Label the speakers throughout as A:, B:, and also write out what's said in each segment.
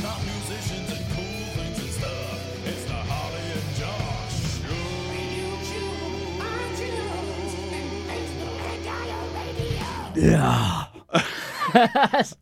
A: musicians and cool things and stuff. It's the Holly and Josh
B: Yeah.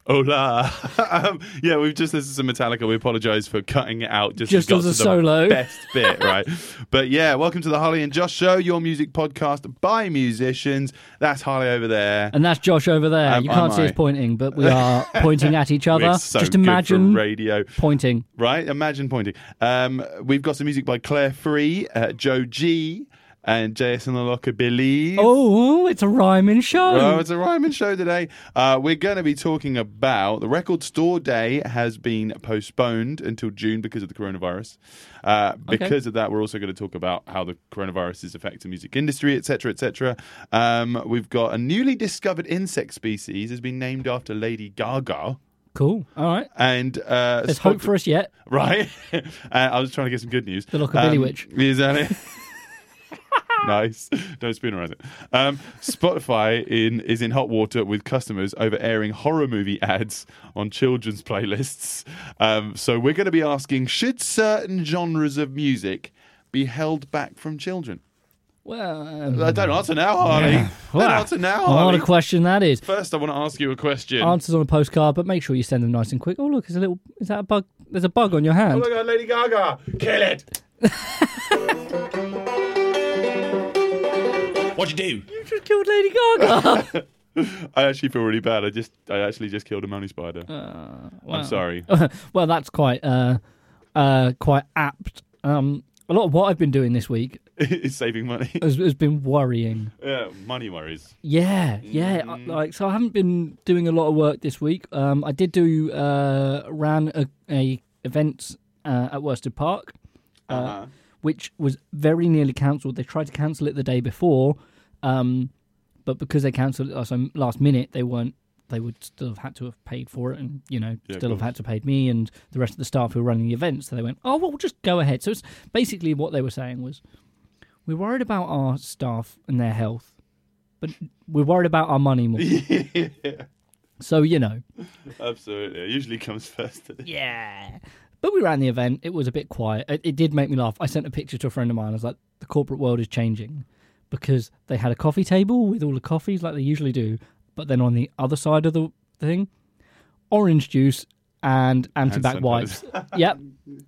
C: Hola. um, yeah, we've just listened to Metallica. We apologise for cutting it out. Just,
B: Just
C: got
B: as
C: to
B: a
C: the
B: solo.
C: Best bit, right? but yeah, welcome to the Harley and Josh Show, your music podcast by musicians. That's Harley over there.
B: And that's Josh over there.
C: Am-
B: you can't
C: am
B: see
C: I?
B: us pointing, but we are pointing at each other.
C: We're so
B: Just
C: good for
B: imagine
C: radio.
B: pointing.
C: Right? Imagine pointing. Um, we've got some music by Claire Free, uh, Joe G, and Jason Lockabilly.
B: Oh, it's a rhyming show.
C: Oh, it's a rhyming show today. Uh, we're going to be talking about the record store day has been postponed until June because of the coronavirus. Uh, Because of that, we're also going to talk about how the coronavirus is affecting the music industry, etc., etc. Um, we've got a newly discovered insect species has been named after Lady Gaga,
B: cool. All right.
C: and uh,
B: There's hope for us yet.
C: right? uh, I was trying to get some good news. The
B: Lockabilly Witch.
C: Is that it? nice. Don't spoonerize it. Um, Spotify in is in hot water with customers over airing horror movie ads on children's playlists. Um, so we're going to be asking: Should certain genres of music be held back from children?
B: Well, um,
C: I don't answer now, Harley. Don't
B: wow.
C: answer now,
B: what
C: Harley.
B: a question that is.
C: First, I want to ask you a question.
B: Answers on a postcard, but make sure you send them nice and quick. Oh, look, there's a little. Is that a bug? There's a bug on your hand.
C: Oh my god, Lady Gaga! Kill it!
A: What'd you do?
B: you just killed Lady Gaga.
C: I actually feel really bad. I just, I actually just killed a money spider.
B: Uh,
C: I'm sorry.
B: well, that's quite uh, uh, quite apt. Um, a lot of what I've been doing this week
C: is saving money.
B: has, has been worrying.
C: yeah, money worries.
B: Yeah, yeah. I- Like so, I haven't been doing a lot of work this week. Um, I did do uh, ran a, a event uh, at Worsted Park, uh, which was very nearly cancelled. They tried to cancel it the day before, um, but because they cancelled it last, um, last minute, they weren't. They would still have had to have paid for it, and you know,
C: Yeah, of
B: still have had to paid me and the rest of the staff who were running the event. So they went, "Oh, well, we'll just go ahead." So it's basically what they were saying was, "We're worried about our staff and their health." but we're worried about our money more.
C: yeah,
B: so you know,
C: absolutely. It usually comes first. doesn't it?
B: yeah. But we ran the event. It was a bit quiet. It, it did make me laugh. I sent a picture to a friend of mine. I was like, the corporate world is changing because they had a coffee table with all the coffees like they usually do, but then on the other side of the thing, orange juice and anti-back
C: sanitizer.
B: wipes. yep.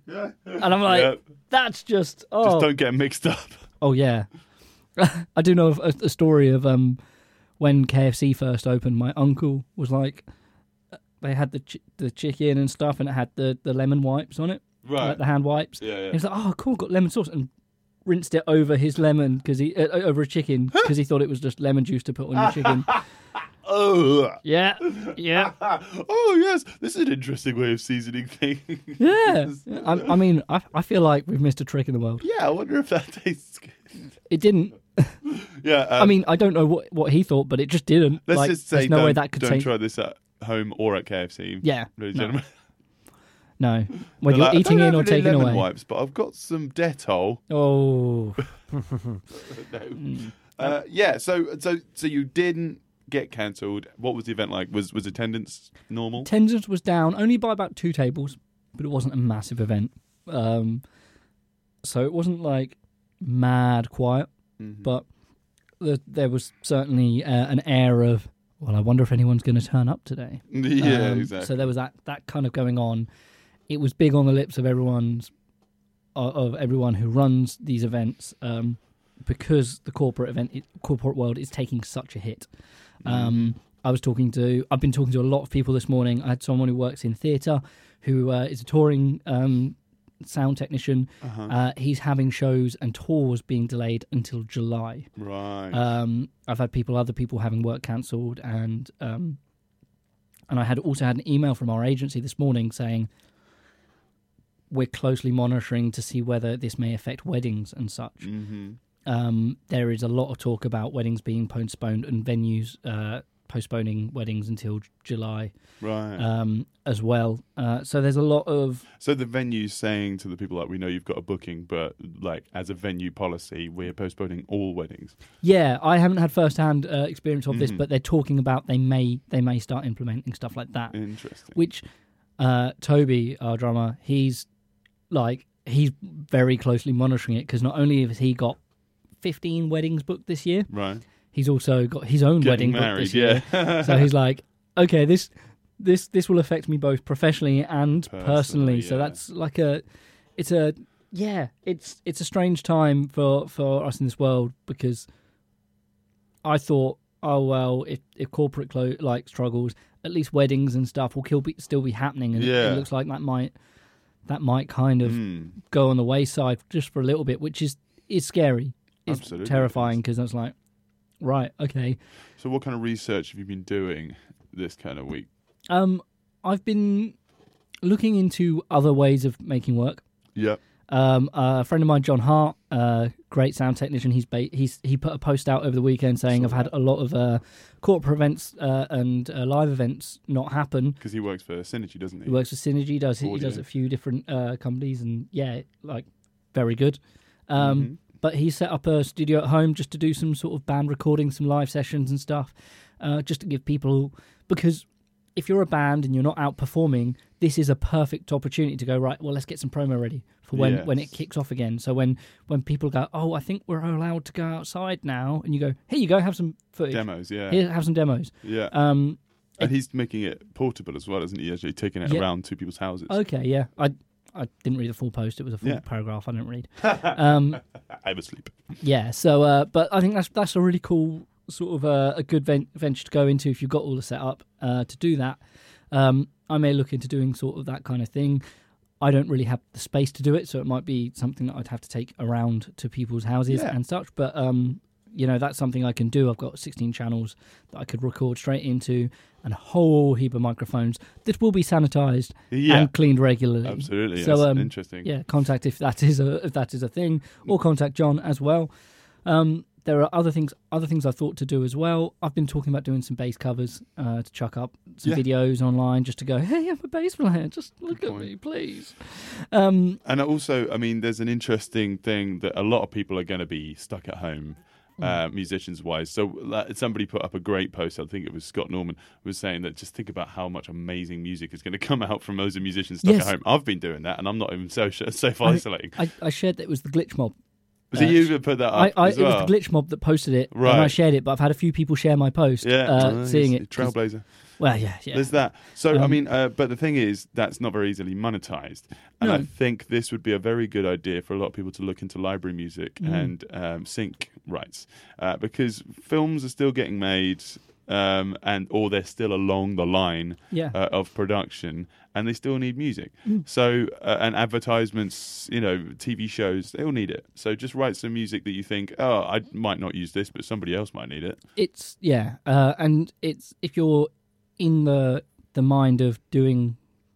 B: And I'm like,
C: Yep.
B: that's just oh,
C: Just don't get mixed up.
B: Oh yeah, I do know of a, a story of um when KFC first opened. My uncle was like, uh, they had the ch- the chicken and stuff, and it had the, the lemon wipes on it,
C: Right.
B: like the hand wipes.
C: Yeah, yeah.
B: He was like, oh cool, got lemon sauce, and rinsed it over his lemon because he uh, over a chicken because he thought it was just lemon juice to put on your chicken.
C: Oh,
B: yeah, yeah,
C: oh yes. This is an interesting way of seasoning things.
B: yeah. I, I mean, I I feel like we've missed a trick in the world.
C: yeah, I wonder if that tastes good.
B: It didn't.
C: Yeah. Um,
B: I mean, I don't know what, what he thought, but it just didn't.
C: let's
B: like,
C: just say
B: there's no
C: don't,
B: way that could
C: don't
B: taste.
C: try this at home or at KFC.
B: Yeah,
C: ladies
B: no.
C: and gentlemen.
B: No, when you're
C: Like, I
B: eating
C: don't
B: in
C: have
B: or
C: any
B: taking
C: lemon
B: away.
C: wipes, but I've got some Dettol.
B: Oh,
C: Uh, yeah. So, so, so you didn't get cancelled. What was the event like? Was was attendance normal?
B: attendance was down only by about two tables, but it wasn't a massive event. Um, so it wasn't like mad quiet, but the, there was certainly uh, an air of well, I wonder if anyone's going to turn up today.
C: yeah,
B: Um,
C: exactly.
B: So there was that that kind of going on. It was big on the lips of everyone's of- of everyone who runs these events um, because the corporate event corporate world is taking such a hit.
C: Mm-hmm.
B: Um, I was talking to I've been talking to a lot of people this morning. I had someone who works in theatre who uh, is a touring um, sound technician.
C: Uh-huh.
B: uh he's having shows and tours being delayed until July.
C: Right.
B: Um, I've had people, other people having work cancelled, and um, and I had also had an email from our agency this morning saying we're closely monitoring to see whether this may affect weddings and such. Um, there is a lot of talk about weddings being postponed and venues uh, postponing weddings until J- July
C: right.
B: um, as well. Uh, so there's a lot of
C: so the venue's saying to the people like we know you've got a booking, but like as a venue policy, we're postponing all weddings.
B: Yeah, I haven't had first-hand uh, experience of this, but they're talking about they may they may start implementing stuff like that,
C: Interesting.
B: which uh, Toby, our drummer, he's like he's very closely monitoring it because not only has he got 15 weddings booked this year,
C: Right.
B: he's also got his own wedding
C: Getting
B: booked
C: married.
B: this year.
C: Yeah.
B: so he's like, okay, this this this will affect me both professionally and personally.
C: Personally,
B: So
C: yeah.
B: that's like a, it's a yeah, it's it's a strange time for for us in this world because I thought, oh well, if if corporate clo- like struggles, at least weddings and stuff will kill be, still be happening, and it- it,
C: Yeah.
B: looks like that might that might kind of
C: Hmm.
B: go on the wayside just for a little bit, which is is scary. It's
C: Absolutely, it
B: terrifying because that's like, right, okay.
C: So what kind of research have you been doing this kind of week?
B: Um, I've been looking into other ways of making work.
C: Yeah.
B: Um, a friend of mine, John Hart, uh, great sound technician, he's ba- he's he put a post out over the weekend saying I've had a lot of uh, corporate events uh, and uh, live events not happen.
C: Because he works for Synergy, doesn't he?
B: He works for Synergy, does he
C: Audio.
B: does a few different uh, companies, and yeah, like very good. Um,
C: Mm-hmm.
B: But he set up a studio at home just to do some sort of band recording, some live sessions and stuff, uh, just to give people because if you're a band and you're not out performing, this is a perfect opportunity to go right. Well, let's get some promo ready for when when it
C: Yes.
B: kicks off again. So when when people go, oh, I think we're allowed to go outside now, and you go, here you go, have some footage,
C: Demos, yeah.
B: here have some demos.
C: yeah.
B: Um,
C: and he's making it portable as well, isn't he? Actually taking it
B: Yeah. Oh.
C: around to people's houses.
B: Okay, yeah. I I didn't read the full post. It was a full
C: Yeah.
B: paragraph. I didn't read. um,
C: I'm asleep.
B: yeah. So, uh, but I think that's that's a really cool sort of uh, a good ven- venture to go into if you've got all the setup uh, to do that. Um, I may look into doing sort of that kind of thing. I don't really have the space to do it, so it might be something that I'd have to take around to people's houses
C: Yeah.
B: and such. But um, you know, that's something I can do. I've got 16 channels that I could record straight into, and a whole heap of microphones that will be sanitized
C: Yeah.
B: and cleaned regularly.
C: Absolutely.
B: So,
C: So,
B: um,
C: interesting.
B: Yeah, contact if that is a if that is a thing, or
C: Mm.
B: contact John as well. Um, there are other things other things I thought to do as well. I've been talking about doing some bass covers uh, to chuck up some
C: Yeah.
B: videos online just to go, hey, I'm a bass player, just look at
C: point.
B: me, please. Um,
C: And also, I mean, there's an interesting thing that a lot of people are going to be stuck at home,
B: Mm.
C: uh, musicians wise. So like, somebody put up a great post. I think it was Scott Norman was saying that just think about how much amazing music is going to come out from those musicians stuck
B: Yes.
C: at home. I've been doing that, and I'm not even so safe
B: I-
C: isolating.
B: I, I shared that it was the glitch mob.
C: Was it you that put that
B: I,
C: up
B: I,
C: as
B: It
C: well?
B: was the glitch mob that posted it, and I
C: Right.
B: shared it. But I've had a few people share my post,
C: yeah,
B: uh,
C: Nice.
B: seeing it. 'cause-
C: Trailblazer.
B: Well, yeah, yeah.
C: There's that. So I
B: Um,
C: mean, uh, but the thing is, that's not very easily monetized, and I
B: No.
C: think this would be a very good idea for a lot of people to look into library music
B: Mm.
C: and um, sync rights, uh, because films are still getting made, um, and or they're still along the line
B: Yeah. Mm.
C: uh, of production, and they still need music. So uh, and advertisements, you know, TV shows, they all need it. So just write some music that you think, oh, I might not use this, but somebody else might need it.
B: it's yeah uh, and it's if you're in the the mind of doing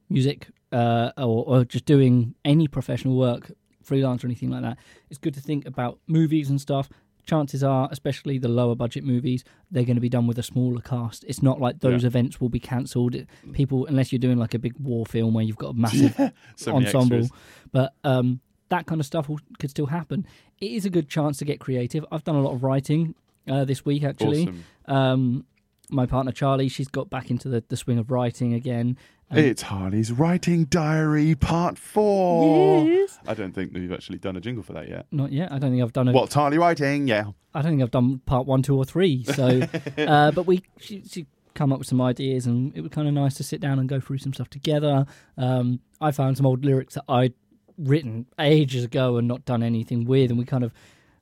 B: music uh, or, or just doing any professional work freelance or anything like that it's good to think about movies and stuff chances are especially the lower budget movies they're going to be done with a smaller cast it's not like those
C: Yeah.
B: events will be cancelled people unless you're doing like a big war film where you've got a massive
C: So many
B: ensemble.
C: extras.
B: But um, that kind of stuff will, could still happen. It is a good chance to get creative. I've done a lot of writing uh, this week, actually.
C: Awesome.
B: Um, my partner Charlie, she's got back into the, the swing of writing again. Um,
C: It's Harley's writing diary part four.
B: Yes.
C: I don't think we've actually done a jingle for that yet.
B: Not yet. I don't think I've done a,
C: What's Harley writing? Yeah.
B: I don't think I've done part one, two, or three. So, uh, but we she, she come up with some ideas, and it was kind of nice to sit down and go through some stuff together. Um, I found some old lyrics that I'd written ages ago and not done anything with, and we kind of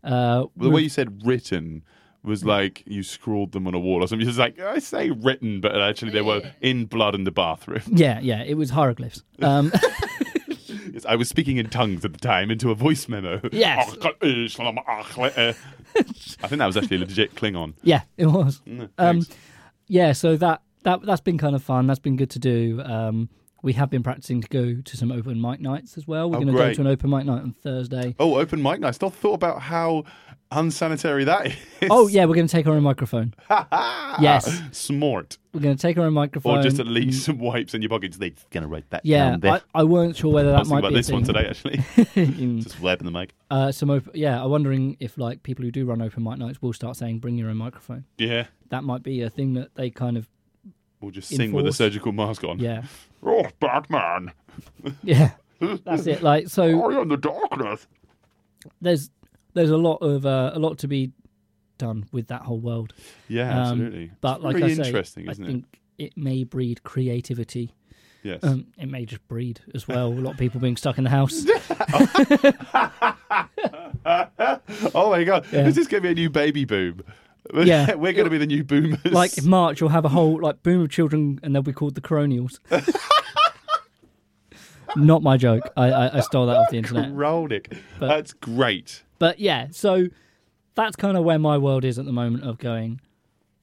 B: uh,
C: The way you said written
B: Hmm.
C: was like you scrawled them on a wall or something. It's like, "Oh, I say written, but actually they were in blood in the bathroom.
B: Yeah, yeah, it was hieroglyphs. Um,
C: Yes, I was speaking in tongues at the time into a voice memo. eh,
B: Yes.
C: I think that was actually a legit Klingon.
B: yeah, it was. Um,
C: Thanks.
B: yeah, so that that that's been kind of fun. That's been good to do. Um, we have been practicing to go to some open mic nights as well. We're
C: Oh,
B: going to go
C: great.
B: to an open mic night on Thursday.
C: oh, open mic night. I still thought about how unsanitary that is.
B: Oh yeah, we're going to take our own microphone. yes,
C: Smart.
B: we're going to take our own microphone.
C: Or just at least some wipes in your pocket. Just like, gonna write that
B: yeah,
C: down there.
B: I, I weren't sure whether
C: I
B: that
C: was
B: might
C: thinking
B: be
C: about
B: a
C: this one
B: thing.
C: today, actually. Just wiping the mic.
B: uh, some op- yeah, I'm wondering if like people who do run open mic nights will start saying bring your own microphone.
C: Yeah.
B: That might be a thing that they kind of
C: Or just sing with a
B: Enforced.
C: surgical mask on.
B: yeah.
C: Oh, Batman,
B: Yeah, that's it. Like so,
C: I am the darkness.
B: there's there's a lot of uh, a lot to be done with that whole world.
C: Yeah,
B: Um,
C: absolutely.
B: But
C: It's
B: like
C: really
B: I say,
C: interesting, isn't
B: I
C: it?
B: think it? may breed creativity.
C: Yes.
B: Um, it may just breed as well. A lot of people being stuck in the house.
C: oh my god,
B: Yeah.
C: this is going to be a new baby boom.
B: Yeah.
C: we're going to be the new boomers.
B: like in March, you'll have a whole like boom of children, and they'll be called the Coronials. Not my joke. I, I, I stole that off the internet.
C: Roldick.
B: But-
C: That's great.
B: But yeah, so that's kind of where my world is at the moment of going,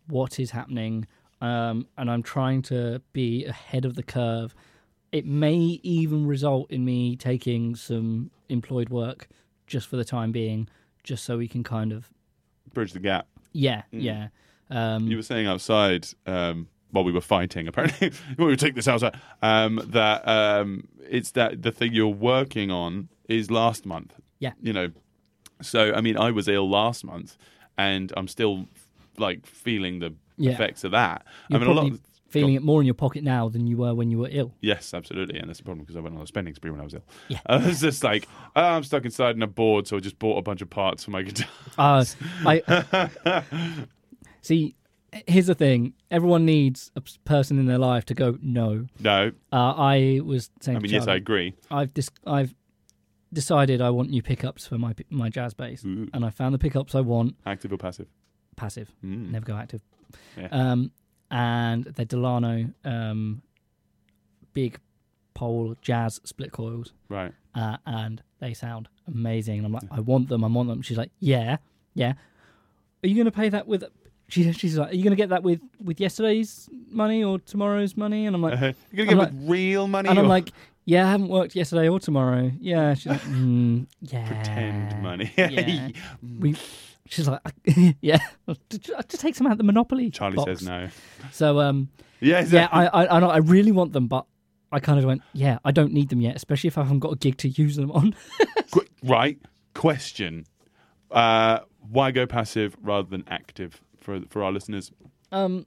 B: what is happening? Um, and I'm trying to be ahead of the curve. It may even result in me taking some employed work just for the time being, just so we can kind of,
C: Bridge the gap.
B: yeah,
C: Hmm.
B: yeah. Um,
C: You were saying outside um, while we were fighting, apparently, we were taking this outside, um, that um, it's that the thing you're working on is last month.
B: Yeah.
C: You know, so I mean, I was ill last month, and I'm still like feeling the
B: Yeah.
C: effects of that.
B: you're
C: I mean, a lot.
B: probably
C: of-
B: feeling it more in your pocket now than you were when you were ill.
C: Yes, absolutely, and that's the problem because I went on a spending spree when I was ill.
B: Yeah.
C: I was just like, oh, I'm stuck inside and I'm bored, so I just bought a bunch of parts for my guitar.
B: Uh, I see. Here's the thing: everyone needs a p- person in their life to go. No,
C: No,
B: uh, I was saying.
C: I
B: to
C: mean, yes, I
B: Charlie,
C: agree.
B: I've dis- I've decided I want new pickups for my p- my jazz bass,
C: Ooh.
B: and I found the pickups I want
C: Active or passive?
B: passive,
C: Mm.
B: never go active.
C: Yeah.
B: Um, and they're Delano um, big pole jazz split coils,
C: Right.
B: uh, and they sound amazing. And I'm like, I want them, I want them. She's like, yeah, yeah. Are you going to pay that with? She, she's like, are you going to get that with with yesterday's money or tomorrow's money? And I'm like,
C: You're gonna
B: Uh-huh. I'm
C: give it real money,
B: and I'm
C: or
B: like, yeah, I haven't worked yesterday or tomorrow. Yeah, she's like, mm, yeah,
C: pretend money.
B: yeah. We, she's like, I- yeah, Did you- I just take some out of the Monopoly.
C: Charlie
B: box.
C: says no.
B: So um,
C: Yes,
B: yeah, I I I, know, I really want them, but I kind of went, yeah, I don't need them yet, especially if I haven't got a gig to use them on.
C: Qu- right. Question: uh, Why go passive rather than active for for our listeners?
B: um,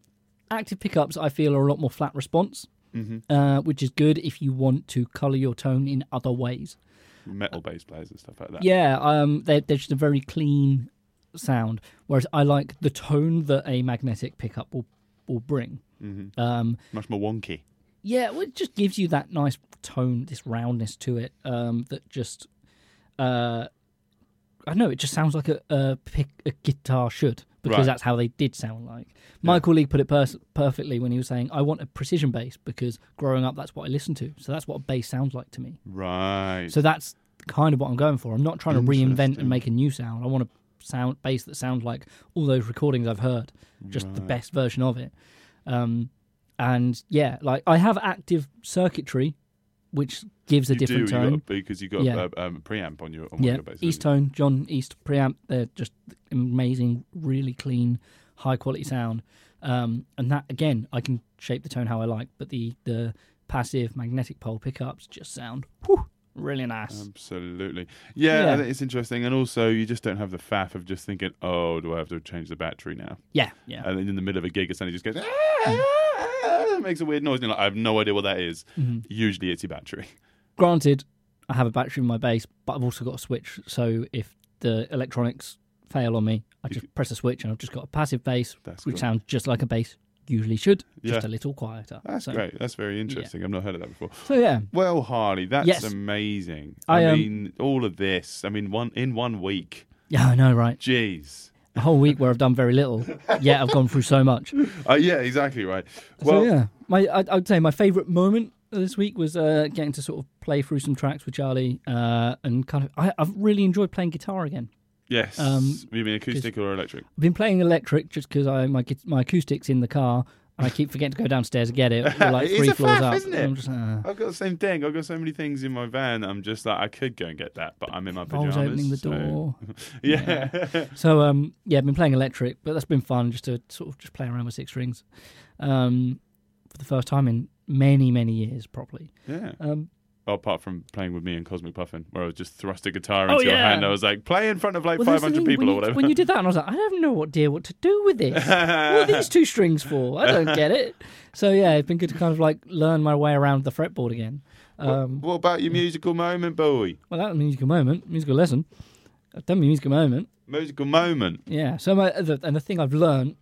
B: active pickups I feel are a lot more flat response,
C: Mm-hmm.
B: uh, which is good if you want to color your tone in other ways.
C: Metal bass players and stuff like that.
B: Yeah, um, they're, they're just a very clean sound, whereas I like the tone that a magnetic pickup will will bring. Um,
C: Much more wonky.
B: yeah, well, it just gives you that nice tone, this roundness to it um, that just. Uh, I don't know it just sounds like a a, pick, a guitar should because
C: Right.
B: that's how they did sound like. Michael League put it pers- perfectly when he was saying, "I want a precision bass because growing up, that's what I listened to, so that's what a bass sounds like to me."
C: Right.
B: So that's kind of what I'm going for. I'm not trying to reinvent
C: Interesting.
B: and make a new sound. I want a sound bass that sounds like all those recordings I've heard, just the
C: Right.
B: best version of it. Um, and yeah, like I have active circuitry, which gives a
C: you
B: different
C: do, you
B: tone.
C: got a- because you got
B: Yeah.
C: a, um, a preamp on your on one
B: yeah,
C: of your bases.
B: East Tone, John East preamp. They're just amazing, really clean, high quality sound. Um, and that again, I can shape the tone how I like, but the the passive magnetic pole pickups just sound whew, really nice.
C: Um, Absolutely. Yeah, I
B: Yeah.
C: think it's interesting. And also, you just don't have the faff of just thinking, oh, do I have to change the battery now?
B: yeah, yeah.
C: And then in the middle of a gig, it suddenly just goes, "Ah," makes a weird noise. And you're like, I have no idea what that is. Usually, it's your battery.
B: granted, I have a battery in my base, but I've also got a switch. So if the electronics fail on me, I just press a switch and I've just got a passive bass,
C: That's
B: which
C: great.
B: sounds just like a bass usually should, just
C: Yeah.
B: a little quieter.
C: That's
B: so,
C: great. That's very interesting. I've not heard of that before.
B: So yeah,
C: Well, Harley, that's
B: Yes.
C: amazing.
B: I,
C: I,
B: um,
C: mean, all of this. I mean, one in one week.
B: yeah, I know, right?
C: Jeez.
B: A whole week where I've done very little, yet I've gone through so much.
C: Uh, yeah, exactly right.
B: so
C: Well,
B: yeah, my I, I would say my favourite moment this week was uh, getting to sort of play through some tracks with Charlie, uh, and kind of I, I've really enjoyed playing guitar again.
C: yes.
B: um,
C: you mean acoustic or electric?
B: I've been playing electric just because I my gu- my acoustics in the car, and I keep forgetting to go downstairs and get it. We're like
C: It's
B: three
C: a
B: floors
C: faff,
B: up,
C: isn't
B: and
C: it?
B: I'm just, uh,
C: I've got the same thing. I've got so many things in my van. that I'm just like, I could go and get that, but I'm in my
B: I was
C: pajamas.
B: opening the
C: so-
B: door.
C: Yeah.
B: so um, yeah, I've been playing electric, but that's been fun just to sort of just play around with six strings, um, for the first time in many many years probably.
C: yeah.
B: Um,
C: apart from playing with me and Cosmic Puffin, where I was just thrust a guitar
B: Oh,
C: into your
B: yeah.
C: hand. I was like, play in front of like
B: Well, that's the
C: 500
B: thing,
C: people
B: when
C: or
B: you,
C: whatever.
B: When you did that, and I was like, I have no idea what to do with this. what are these two strings for? I don't get it. So yeah, it's been good to kind of like learn my way around the fretboard again. Um,
C: what about your musical moment, boy?
B: well, that was a musical moment, musical lesson. I've done my musical moment.
C: Musical moment.
B: Yeah. So my the, and the thing I've learned,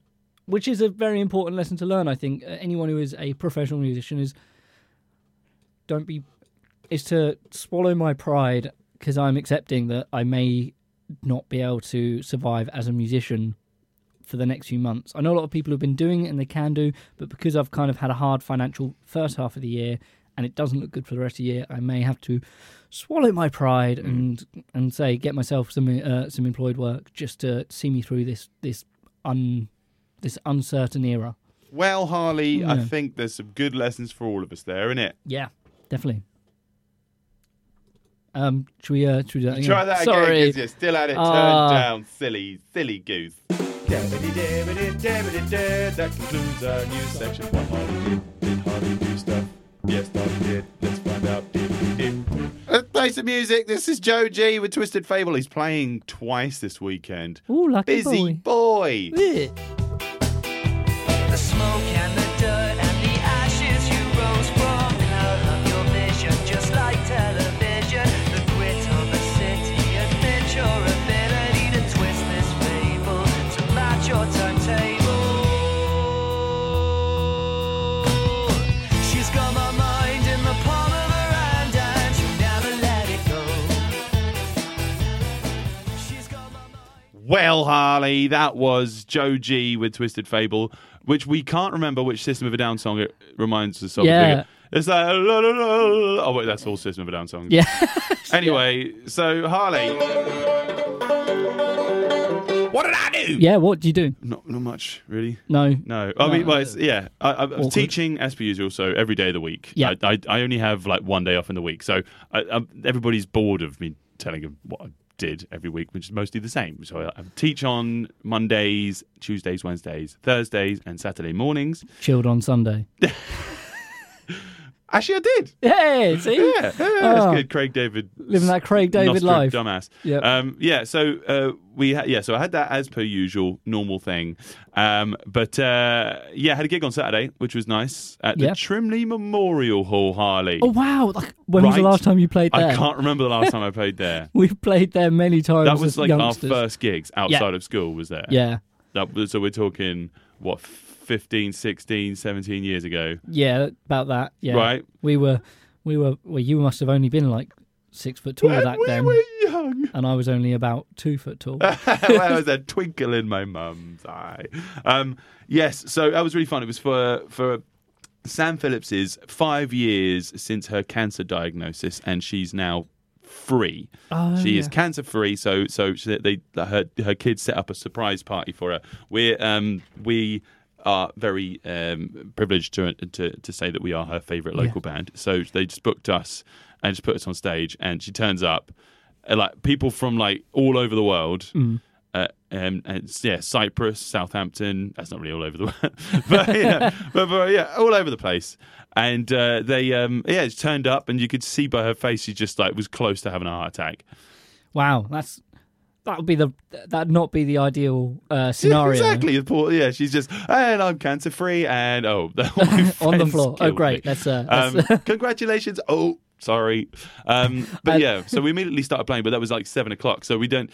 B: which is a very important lesson to learn, I think uh, anyone who is a professional musician is don't be is to swallow my pride because I'm accepting that I may not be able to survive as a musician for the next few months. I know a lot of people have been doing it and they can do, but because I've kind of had a hard financial first half of the year and it doesn't look good for the rest of the year, I may have to swallow my pride
C: Mm.
B: and and say get myself some uh, some employed work just to see me through this this un this uncertain era.
C: Well, Harley, I
B: Yeah.
C: think there's some good lessons for all of us there, innit?
B: Yeah, definitely. Um, should we uh, should we do that again?
C: Try that
B: Sorry.
C: again, 'cause you're still at it. Turn
B: Ah.
C: down, silly, silly goose. That concludes our news section. What Harley did, did Harley do stuff? Yes, Harley did. Let's find out if he did. Let's play some music. This is Joe G with Twisted Fable. He's playing twice this weekend.
B: Ooh, lucky
C: Busy
B: boy.
C: boy.
B: Yeah.
D: The smoke and the dirt and the ashes you rose from out of your vision, just like television. The grit of the city admits your ability to twist this fable to match your timetable. She's got my mind in the palm of her hand and she'll never let it go. She's got my mind.
C: Well, Harley, that was Joe G with Twisted Fable, which we can't remember which System of a Down song it reminds us of.
B: Yeah.
C: It's like, la, la, la, la. oh, wait, that's all System of a Down songs.
B: Yeah.
C: Anyway, so Harley. What did I do?
B: yeah. What do you do?
C: Not, not much, really.
B: No.
C: No, I mean, well, it's, yeah, I, I, I'm
B: Oh. Awkward.
C: teaching as per usual, so every day of the week.
B: Yeah.
C: I, I, I only have like one day off in the week, so I, i everybody's bored of me telling them what I did every week, which is mostly the same. So I, I teach on Mondays, Tuesdays, Wednesdays, Thursdays, and Saturday mornings.
B: Chilled on Sunday.
C: Actually, I did.
B: Hey, see.
C: Yeah, yeah, that's
B: Oh.
C: good. Craig David,
B: Living that Craig David
C: Nostra
B: life.
C: dumbass.
B: Yep.
C: Um, yeah. So uh, we, ha- yeah. So I had that as per usual, normal thing. Um, but uh, yeah, I had a gig on Saturday, which was nice at the
B: Yeah.
C: Trimley Memorial Hall, Harley.
B: Oh wow! Like, when was the
C: Right.
B: last time you played there?
C: I can't remember the last time I played there.
B: We've played there many times.
C: That was
B: as
C: like
B: youngsters.
C: our first gigs outside of school. Was there?
B: Yeah.
C: That was, so we're talking what 15, 16, 17 years ago.
B: Yeah, about that. Yeah.
C: Right.
B: We were, we were. Well, you must have only been like six foot tall back
C: we
B: then,
C: were young.
B: and I was only about two foot tall.
C: well, was a twinkle in my mum's eye. Um, yes, so that was really fun. It was for for Sam Phillips's five years since her cancer diagnosis, and she's now free.
B: Oh,
C: she is
B: yeah.
C: cancer free. So so she- they her her kids set up a surprise party for her. We're um we. Are very um, privileged to, to to say that we are her favourite local band. So they just booked us and just put us on stage, and she turns up, uh, like people from like all over the world,
B: Mm.
C: uh, um, and it's, yeah, Cyprus, Southampton. That's not really all over the world, but yeah, but, but, yeah, all over the place. And uh, they, um, yeah, it's turned up, and you could see by her face, she just like was close to having a heart attack.
B: Wow, that's that would be the that'd not be the ideal uh, scenario.
C: exactly. The poor, yeah, she's just, and I'm cancer free, and oh, my
B: On the
C: friends
B: floor. Oh,
C: killed
B: great.
C: me."
B: That's uh, that's,
C: Um, congratulations. Oh, sorry. Um, but yeah, so we immediately started playing, but that was like seven o'clock. So we don't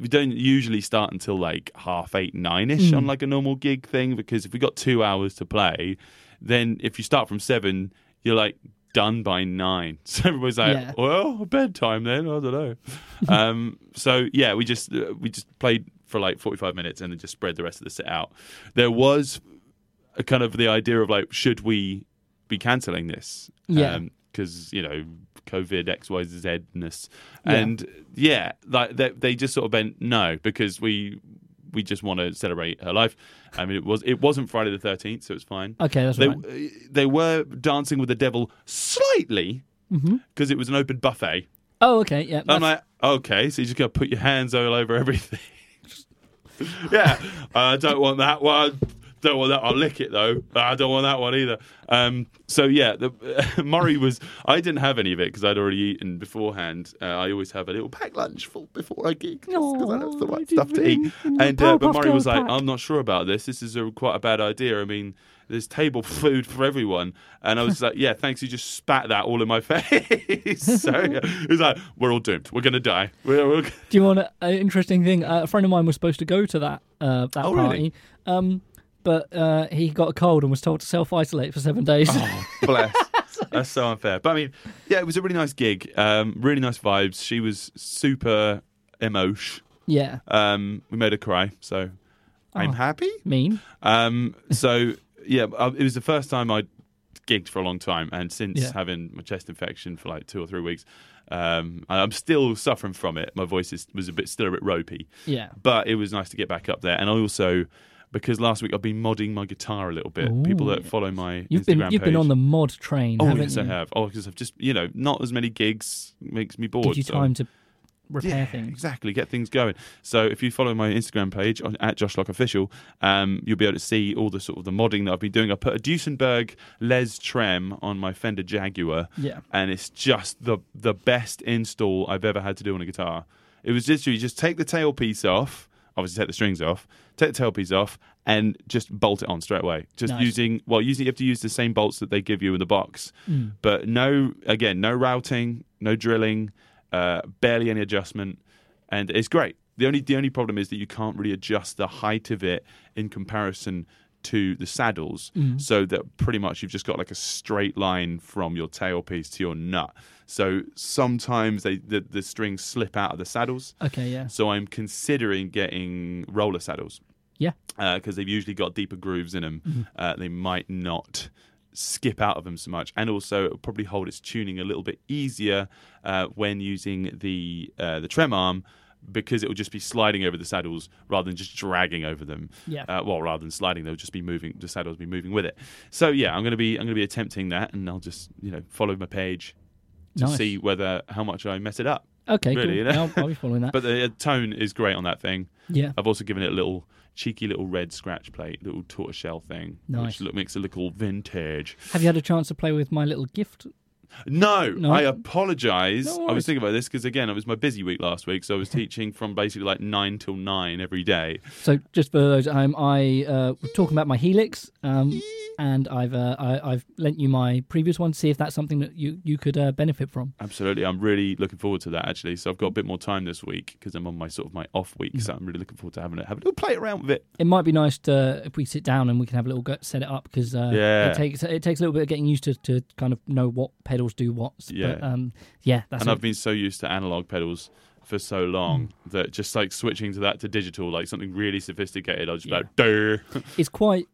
C: we don't usually start until like half eight, nine ish
B: Mm.
C: on like a normal gig thing because if we got two hours to play, then if you start from seven, you're like done by nine. So everybody's like,
B: Yeah.
C: well, bedtime then. I don't know. um, so yeah, we just uh, we just played for like forty five minutes and then just spread the rest of the set out. There was a kind of the idea of like, should we be cancelling this?
B: Yeah.
C: Because you know, COVID X Y Z ness,
B: Yeah.
C: and yeah, like they, they just sort of went no because we we just want to celebrate her life. I mean, it was it wasn't Friday the thirteenth, so it's fine.
B: okay. Oh, That's
C: They
B: right.
C: they were dancing with the devil slightly because it was an open buffet.
B: Oh, okay. Yeah. Mm-hmm.
C: I'm
B: that's-
C: like, okay, so you just gotta put your hands all over everything. yeah, I don't Uh, want that one. Don't want that. I'll lick it though. I don't want that one either. Um, so yeah, the, Murray was. I didn't have any of it because I'd already eaten beforehand. Uh, I always have a little packed lunch for, before I gig because I know it's the
B: Aw,
C: right
B: did
C: stuff to
B: bring
C: eat.
B: in
C: And
B: the
C: uh, but
B: Powerpuff
C: Murray was
B: Girls
C: like,
B: pack.
C: "I'm not sure about this. This is a, quite a bad idea. I mean." There's table food for everyone, and I was like, "Yeah, thanks." You just spat that all in my face. so yeah, it was like, "We're all doomed. We're gonna die." We're, we're...
B: Do you want a- an interesting thing? Uh, a friend of mine was supposed to go to that uh, that
C: Oh, really?
B: party, um, but uh, he got a cold and was told to self isolate for seven days.
C: Oh. Bless. That's so unfair. But I mean, yeah, it was a really nice gig. Um, really nice vibes. She was super emosh.
B: yeah,
C: Um, we made her cry, so I'm
B: Oh.
C: happy.
B: mean.
C: Um, so yeah, I- it was the first time I gigged for a long time, and since
B: Yeah.
C: having my chest infection for like two or three weeks, um, I- I'm still suffering from it. My voice is, was a bit still a bit ropey,
B: Yeah.
C: but it was nice to get back up there. And I also. Because last week I've been modding my guitar a little bit. People
B: Ooh.
C: that follow my
B: You've
C: Instagram
B: been you've been
C: page-
B: on the mod train,
C: Oh
B: haven't
C: yes,
B: you?
C: I have. Oh, because I've just you know not as many gigs makes me bored.
B: Give you
C: so-
B: time to repair
C: yeah,
B: things.
C: exactly. Get things going. So if you follow my Instagram page on, at Josh Lock Official, um, you'll be able to see all the sort of the modding that I've been doing. I put a Duesenberg Les Trem on my Fender Jaguar,
B: Yeah.
C: and it's just the the best install I've ever had to do on a guitar. It was literally just take the tailpiece off, obviously take the strings off, take the tailpiece off, and just bolt it on straight away. Just
B: Nice.
C: using well, usually you have to use the same bolts that they give you in the box, but no, again, no routing, no drilling, uh, barely any adjustment, and it's great. The only the only problem is that you can't really adjust the height of it in comparison to the saddles, so that pretty much you've just got like a straight line from your tailpiece to your nut. So sometimes they the, the strings slip out of the saddles.
B: Okay, yeah,
C: So I'm considering getting roller saddles
B: yeah,
C: because uh, they've usually got deeper grooves in them.
B: Mm-hmm.
C: Uh, they might not skip out of them so much, and also it'll probably hold its tuning a little bit easier uh, when using the uh, the trem arm because it will just be sliding over the saddles rather than just dragging over them.
B: Yeah.
C: Uh, well, rather than sliding, they'll just be moving. The saddles be moving with it. So yeah, I'm gonna be I'm gonna be attempting that, and I'll just you know follow my page to
B: nice.
C: see whether how much I mess it up.
B: okay,
C: really,
B: cool.
C: you know?
B: I'll, I'll be following that.
C: But uh, the uh, tone is great on that thing.
B: yeah,
C: I've also given it a little cheeky little red scratch plate, little tortoiseshell thing,
B: Nice.
C: which look, makes it look all vintage.
B: have you had a chance to play with my little gift?
C: No,
B: No.
C: I apologise.
B: No
C: I was
B: worries.
C: thinking about this because again, it was my busy week last week, so I was teaching from basically like nine till nine every day.
B: So just for those at home, I uh, was talking about my Helix, um, and I've uh, I, I've lent you my previous one. to See if that's something that you you could uh, benefit from.
C: Absolutely, I'm really looking forward to that actually. So I've got a bit more time this week because I'm on my sort of my off week, so I'm really looking forward to having it, have a little play around with it.
B: It might be nice to if we sit down and we can have a little go, set it up because uh,
C: Yeah.
B: it takes it takes a little bit of getting used to to kind of know what pedals do what.
C: Yeah.
B: but, um, yeah, that's
C: and
B: all.
C: I've been so used to analog pedals for so long
B: Mm.
C: that just like switching to that to digital, like something really sophisticated, I was just
B: Yeah.
C: like, "Duh."
B: it's quite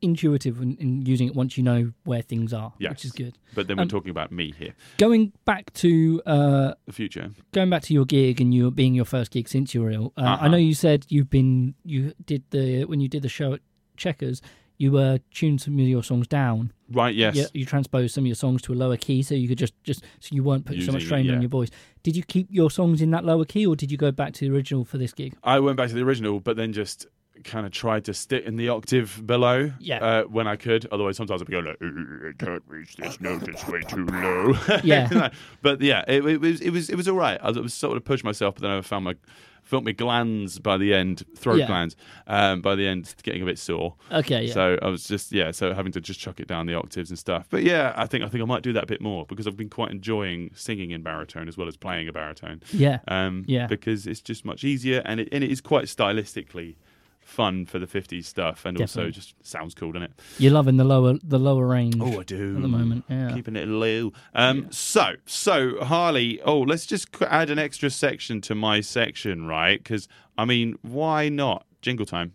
B: intuitive in, in using it once you know where things are,
C: Yes.
B: which is good.
C: But then we're
B: Um,
C: talking about me here,
B: Going back to uh,
C: the future.
B: going back to your gig and you being your first gig since you were ill, uh,
C: Uh-huh.
B: I know you said you've been you did the when you did the show at Checkers, you uh, tuned some of your songs down.
C: Right, yes.
B: Yeah, you transposed some of your songs to a lower key so you could just just so you weren't putting so much
C: Using it,
B: strain
C: yeah.
B: on your voice. Did you keep your songs in that lower key or did you go back to the original for this gig?
C: I went back to the original, but then just kind of tried to stick in the octave below
B: Yeah.
C: uh, when I could. Otherwise, sometimes I'd be going like, "Uh, I can't reach this note, it's way too low.
B: Yeah.
C: but yeah, it, it was it was it was all right. I was sort of pushed myself, but then I found my felt my glands by the end, throat
B: Yeah.
C: glands, um, by the end getting a bit sore.
B: Okay, yeah.
C: So uh, I was just yeah, so having to just chuck it down the octaves and stuff. But yeah, I think I think I might do that a bit more because I've been quite enjoying singing in baritone as well as playing a baritone.
B: yeah.
C: Um,
B: Yeah.
C: Because it's just much easier and it, and it is quite stylistically fun for the 50s stuff and also
B: Definitely.
C: just sounds cool, doesn't it?
B: You're loving the lower the lower range.
C: Oh, I do. At
B: the moment, yeah.
C: Keeping it low. Um, So, so Harley, oh, let's just qu- add an extra section to my section, right? Because, I mean, why not? Jingle time.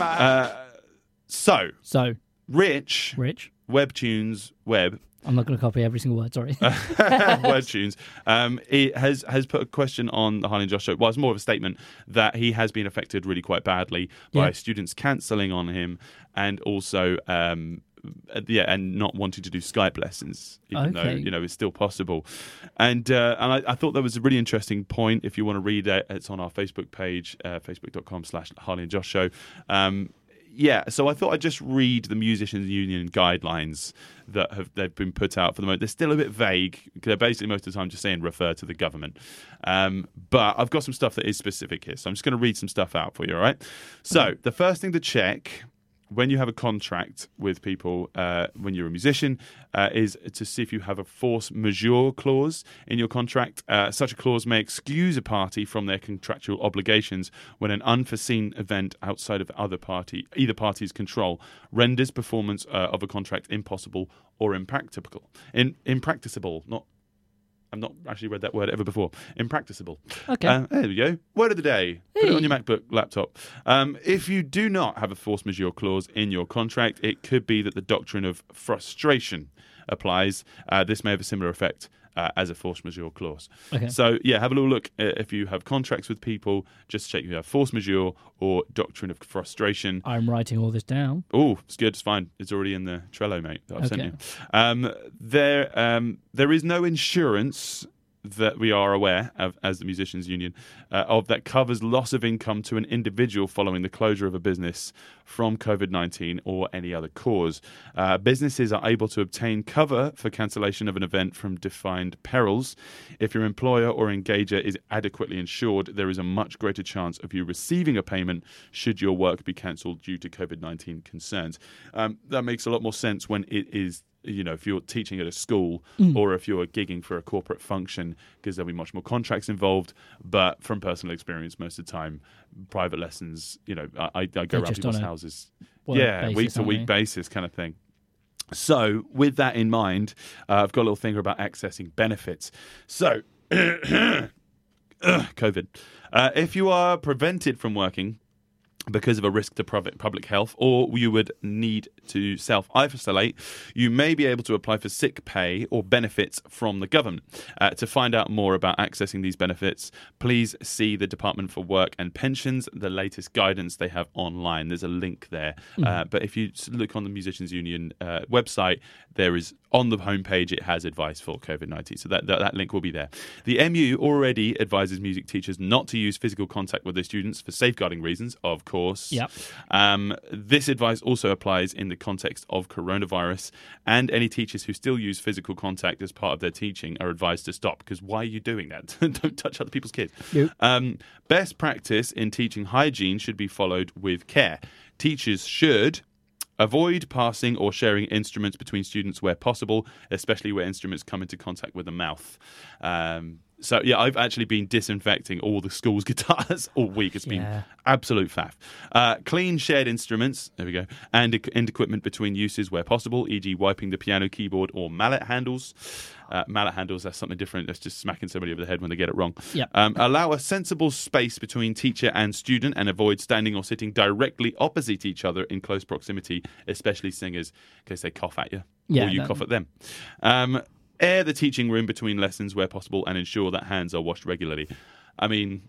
C: Uh, so,
B: So,
C: Rich,
B: Rich,
C: WebTunes Web,
B: I'm not going to copy every single word, sorry.
C: word tunes. Um, he has has put a question on the Harley and Josh show. Well, it's more of a statement that he has been affected really quite badly by
B: Yeah.
C: students cancelling on him, and also. Um, uh, yeah, and not wanting to do Skype lessons, even though
B: Okay.
C: you know it's still possible. And uh, and I, I thought that was a really interesting point. If you want to read it, it's on our Facebook page, uh, facebook.com slash Harley and Josh Show. Um, yeah, so I thought I'd just read the Musicians Union guidelines that have they've been put out for the moment. They're still a bit vague. 'cause They're basically most of the time just saying refer to the government. Um, but I've got some stuff that is specific here, so I'm just going to read some stuff out for you. All right. So the first thing to check when you have a contract with people uh, when you're a musician uh, is to see if you have a force majeure clause in your contract. Uh, such a clause may excuse a party from their contractual obligations when an unforeseen event outside of other party, either party's control, renders performance uh, of a contract impossible or impracticable. In, impracticable, not. I've not actually read that word ever before. Impracticable.
B: Okay.
C: Uh, there we go. Word of the day. Put it on
B: Hey.
C: your MacBook laptop. Um, if you do not have a force majeure clause in your contract, it could be that the doctrine of frustration applies. Uh, this may have a similar effect. Uh, as a force majeure clause.
B: Okay.
C: So, yeah, have a little look. Uh, If you have contracts with people, just check if you have force majeure or doctrine of frustration.
B: I'm writing all this down.
C: Oh, it's good. It's fine. It's already in the Trello, mate, that I've sent
B: Okay.
C: you. Um, there, um, there is no insurance that we are aware of as the Musicians Union uh, of that covers loss of income to an individual following the closure of a business from COVID 19 or any other cause. Uh, businesses are able to obtain cover for cancellation of an event from defined perils. If your employer or engager is adequately insured, there is a much greater chance of you receiving a payment should your work be cancelled due to COVID 19 concerns. Um, that makes a lot more sense when it is you know, if you're teaching at a school or if you're gigging for a corporate function, because there'll be much more contracts involved. But from personal experience, most of the time, private lessons, you know, I, I go around
B: just
C: people's
B: on a
C: houses,
B: work
C: yeah,
B: basis,
C: week to
B: aren't
C: week
B: they?
C: basis kind of thing. So, with that in mind, uh, I've got a little thing here about accessing benefits. So, COVID. Uh, if you are prevented from working because of a risk to private, public health or you would need to self isolate, you may be able to apply for sick pay or benefits from the government. Uh, to find out more about accessing these benefits, please see the Department for Work and Pensions, the latest guidance they have online. There's a link there. Uh, but if you s- look on the Musicians Union uh, website, there is on the homepage, it has advice for COVID 19. So that, that, that link will be there. The MU already advises music teachers not to use physical contact with their students for safeguarding reasons, of course.
B: Yep.
C: Um, this advice also applies in the context of coronavirus, and any teachers who still use physical contact as part of their teaching are advised to stop because why are you doing that? Don't touch other people's kids.
B: Nope.
C: Um, best practice in teaching hygiene should be followed with care. Teachers should. Avoid passing or sharing instruments between students where possible, especially where instruments come into contact with the mouth. Um, so, yeah, I've actually been disinfecting all the school's guitars all week. It's been
B: Yeah.
C: absolute faff. Uh, clean shared instruments, there we go, and, equ- and equipment between uses where possible, e.g., wiping the piano keyboard or mallet handles. Uh, mallet handles, that's something different. That's just smacking somebody over the head when they get it wrong.
B: Yep.
C: Um, allow a sensible space between teacher and student and avoid standing or sitting directly opposite each other in close proximity, especially singers, in case they cough at you
B: Yeah,
C: or you
B: that-
C: cough at them. Um, air the teaching room between lessons where possible and ensure that hands are washed regularly. I mean,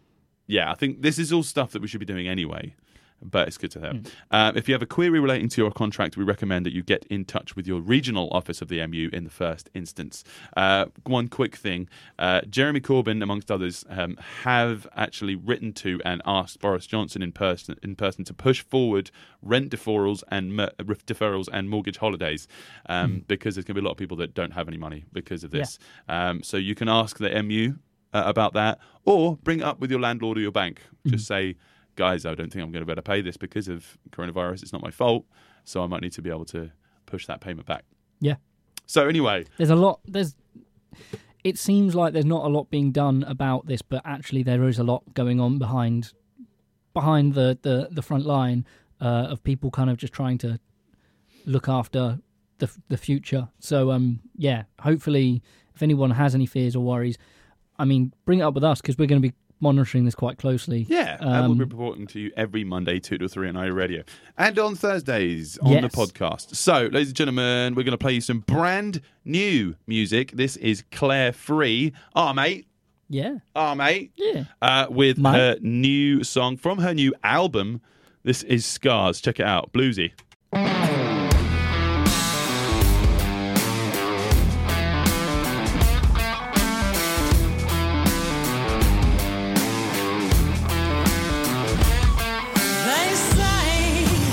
C: yeah, I think this is all stuff that we should be doing anyway. But it's good to have. Um, if you have a query relating to your contract, we recommend that you get in touch with your regional office of the MU in the first instance. Uh, one quick thing uh, Jeremy Corbyn, amongst others, um, have actually written to and asked Boris Johnson in person, in person to push forward rent deferrals and, mer- deferrals and mortgage holidays um, because there's going to be a lot of people that don't have any money because of
B: Yeah.
C: this. Um, so you can ask the MU uh, about that, or bring it up with your landlord or your bank. Just say, guys, I don't think I'm going to be able to pay this because of coronavirus. It's not my fault, so I might need to be able to push that payment back.
B: Yeah.
C: So anyway,
B: There's a lot. There's. It seems like there's not a lot being done about this, but actually there is a lot going on behind, behind the the the front line uh, of people kind of just trying to look after the f- the future. So um yeah, hopefully if anyone has any fears or worries, I mean bring it up with us because we're going to be monitoring this quite closely.
C: yeah, and we'll
B: Um,
C: be reporting to you every Monday, two to three on iRadio, Radio, and on Thursdays on the
B: Yes.
C: podcast. So, ladies and gentlemen, we're going to play you some brand new music. This is Claire Free, ah mate,
B: Yeah.
C: ah mate.
B: Yeah.
C: uh, with
B: Mate.
C: her new song from her new album. This is Scars. Check it out. Bluesy.
E: They say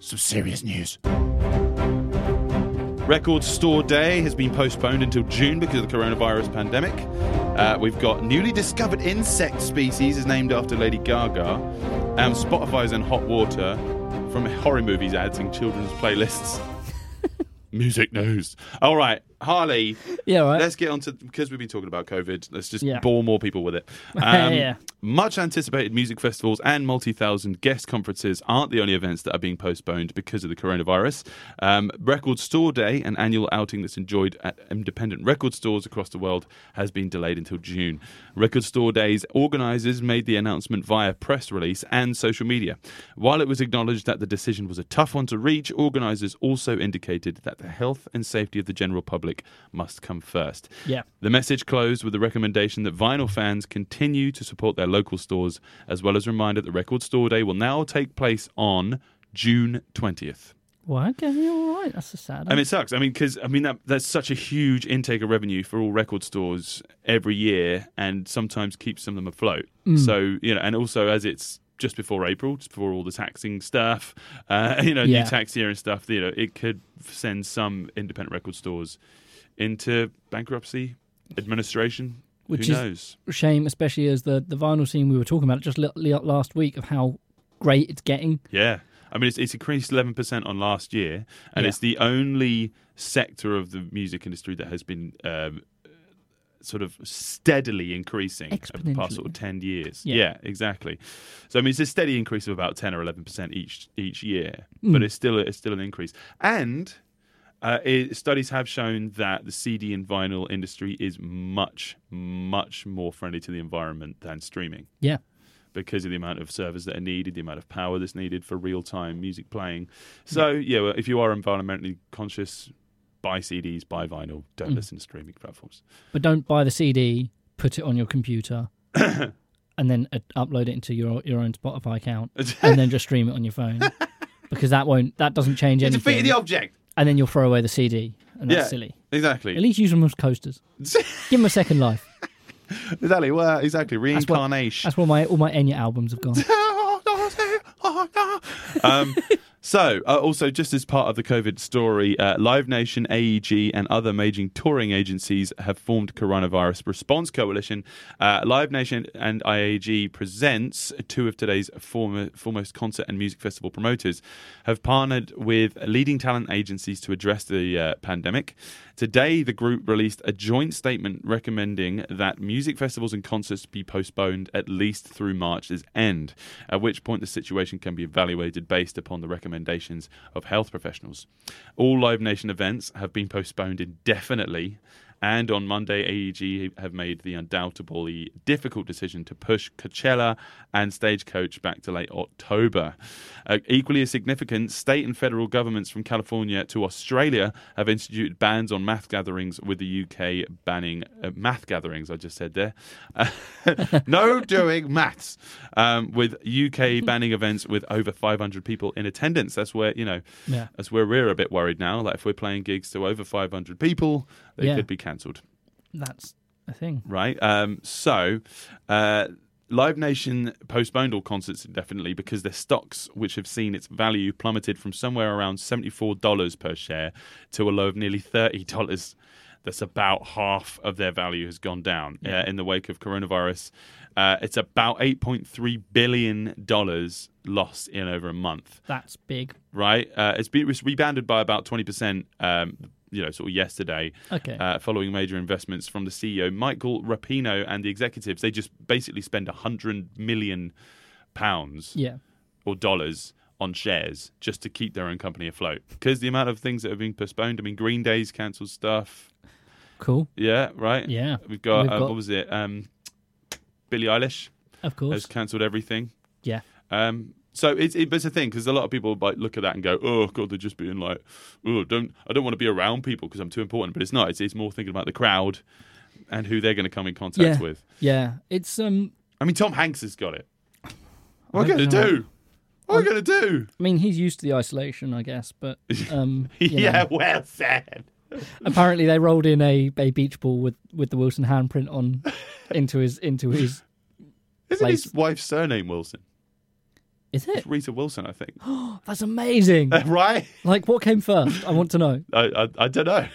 C: serious news. Record Store Day has been postponed until June because of the coronavirus pandemic. Uh, we've got newly discovered insect species is named after Lady Gaga, and Spotify's in hot water from horror movies ads and children's playlists. Music news. All right, Harley.
B: Yeah, all right.
C: Let's get on to because we've been talking about COVID. Let's just
B: Yeah.
C: bore more people with it. Um,
B: Yeah.
C: Much anticipated music festivals and multi thousand guest conferences aren't the only events that are being postponed because of the coronavirus. Um, Record Store Day, an annual outing that's enjoyed at independent record stores across the world, has been delayed until June. Record Store Day's organisers made the announcement via press release and social media. While it was acknowledged that the decision was a tough one to reach, organisers also indicated that the health and safety of the general public must come first.
B: Yeah.
C: The message closed with the recommendation that vinyl fans continue to support their local stores, as well as a reminder that Record Store Day will now take place on June 20th.
B: Well, okay, you're all right. That's a sad.
C: I mean, it sucks. I mean, because I mean that that's such a huge intake of revenue for all record stores every year, and sometimes keeps some of them afloat.
B: Mm.
C: So you know, and also as it's just before April, just before all the taxing stuff, uh, you know,
B: Yeah.
C: new tax year and stuff. You know, it could send some independent record stores into bankruptcy, administration.
B: Which is-
C: Who knows?
B: shame, especially as the the vinyl scene we were talking about just li- li- last week of how great it's getting.
C: Yeah. I mean, it's, it's increased 11% on last year, and
B: Yeah.
C: it's the only sector of the music industry that has been um, sort of steadily increasing over the past sort of
B: Exponentially.
C: 10 years.
B: Yeah.
C: Yeah. exactly. So, I mean, it's a steady increase of about 10 or 11% each each year,
B: Mm.
C: but it's still, it's still an increase. And uh, it, studies have shown that the CD and vinyl industry is much, much more friendly to the environment than streaming
B: Yeah,
C: because of the amount of servers that are needed, the amount of power that's needed for real time music playing. So yeah, well, if you are environmentally conscious, buy CDs, buy vinyl. Don't listen to streaming platforms.
B: but don't buy the CD, put it on your computer, and then uh, upload it into your your own Spotify account, and then just stream it on your phone. Because that won't, that doesn't change anything,
C: object.
B: and then you'll throw away the CD, and that's
C: yeah,
B: silly.
C: Exactly.
B: At least use them as coasters. Give them a second life.
C: exactly. Well, exactly.
B: what-
C: Reincarnation.
B: That's where my all my Enya albums have gone.
C: um, so, uh, also, just as part of the COVID story, uh, Live Nation, AEG, and other major touring agencies have formed Coronavirus Response Coalition. Uh, Live Nation and IAG presents two of today's former, foremost concert and music festival promoters have partnered with leading talent agencies to address the uh, pandemic. Today, the group released a joint statement recommending that music festivals and concerts be postponed at least through March's end, at which point the situation can be evaluated based upon the recommendations of health professionals. All Live Nation events have been postponed indefinitely. And on Monday, AEG have made the undoubtedly difficult decision to push Coachella and Stagecoach back to late October. Uh, equally as significant, state and federal governments from California to Australia have instituted bans on math gatherings, with the UK banning uh, math gatherings, I just said there. Uh, no doing maths. Um, with UK banning events with over 500 people in attendance. That's where, you know,
B: Yeah.
C: that's where we're a bit worried now. Like if we're playing gigs to over 500 people, they
B: Yeah.
C: could be cancelled
B: That's a thing.
C: right? Um, so, uh, Live Nation postponed all concerts indefinitely because their stocks, which have seen its value plummeted from somewhere around $74 per share to a low of nearly $30. That's about half of their value has gone down uh, in the wake of coronavirus. Uh, it's about $8.3 billion lost in over a month
B: That's big.
C: right? Uh, it's been it's rebounded by about twenty percent. Um, you know, sort of yesterday,
B: Okay.
C: uh, following major investments from the CEO Michael Rapino and the executives, they just basically spend a hundred million pounds
B: Yeah.
C: or dollars on shares just to keep their own company afloat because the amount of things that have been postponed. I mean, Green Day's cancelled stuff.
B: Cool.
C: Yeah, right.
B: Yeah.
C: we've got,
B: We've
C: uh,
B: got-
C: what was it? Um, Billie Eilish
B: Of course.
C: has cancelled everything.
B: Yeah.
C: Um, so it's it, but it's a thing because a lot of people like look at that and go, "Oh God, they're just being like, oh, don't I don't want to be around people because I'm too important." But it's not. It's it's more thinking about the crowd and who they're going to come in contact
B: Yeah.
C: with.
B: Yeah. It's um.
C: I mean, Tom Hanks has got it. What
B: don't
C: are going to
B: know.
C: do? What are going to do?
B: I mean, he's used to the isolation, I guess. But um. you know,
C: Yeah, well said.
B: apparently, they rolled in a, a beach ball with with the Wilson handprint on into his into his
C: Isn't
B: Place-
C: his wife's surname Wilson?
B: Is it?
C: It's Rita Wilson, I think.
B: That's amazing.
C: right?
B: like, what came first? I want to know.
C: I, I, I don't know.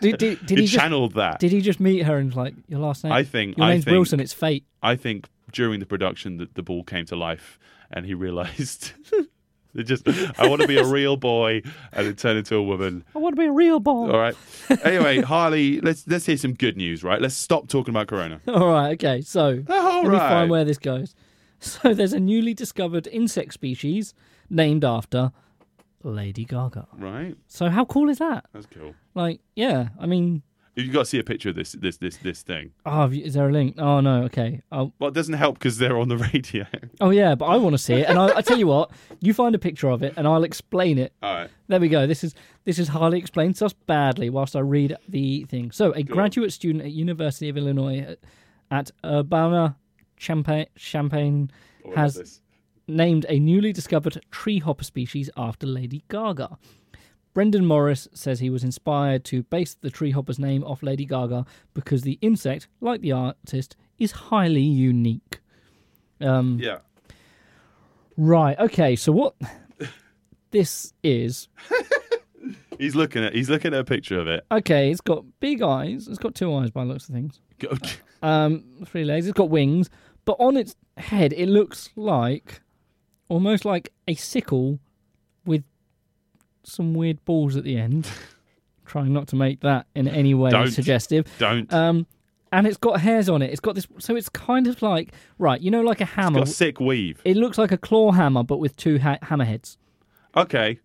B: Did, did, did
C: it
B: he just
C: channeled that.
B: did he just meet her and was like your last name?
C: I think-
B: your
C: I
B: name's
C: think-
B: Wilson. It's fate.
C: I think during the production that the ball came to life and he realized it just I want to be a real boy and it turned into a woman.
B: I want to be a real boy.
C: All right. Anyway, Harley, let's let's hear some good news, right? Let's stop talking about corona.
B: All right, okay. So
C: Ah, All
B: let me
C: right.
B: find where this goes. So there's a newly discovered insect species named after Lady Gaga.
C: Right?
B: So how cool is that?
C: That's cool.
B: Like, yeah, I mean,
C: You've got to see a picture of this this this this thing.
B: oh, have you- is there a link? Oh no, okay. Oh,
C: Well, it doesn't help because they're on the radio.
B: oh yeah, but I want to see it, and I, I tell you what, you find a picture of it, and I'll explain it
C: All right.
B: There we go. This is this is Harley explains us badly whilst I read the thing. So, a graduate student at University of Illinois at Urbana Champaign, Champaign
C: Oh, I love
B: has
C: this.
B: named a newly discovered tree hopper species after Lady Gaga. Brendan Morris says he was inspired to base the tree hopper's name off Lady Gaga because the insect, like the artist, is highly unique. um,
C: Yeah.
B: Right. Okay. So what this is
C: He's looking at he's looking at a picture of it.
B: Okay, it's got big eyes. It's got two eyes by the looks of things. Um, three legs. It's got wings, but on its head, it looks like almost like a sickle with some weird balls at the end. Trying not to make that in any way
C: Don't.
B: suggestive.
C: Don't.
B: Um, and it's got hairs on it. It's got this, so it's kind of like right, you know, like a hammer.
C: got sick weave.
B: It looks like a claw hammer, but with two ha- hammerheads.
C: Okay.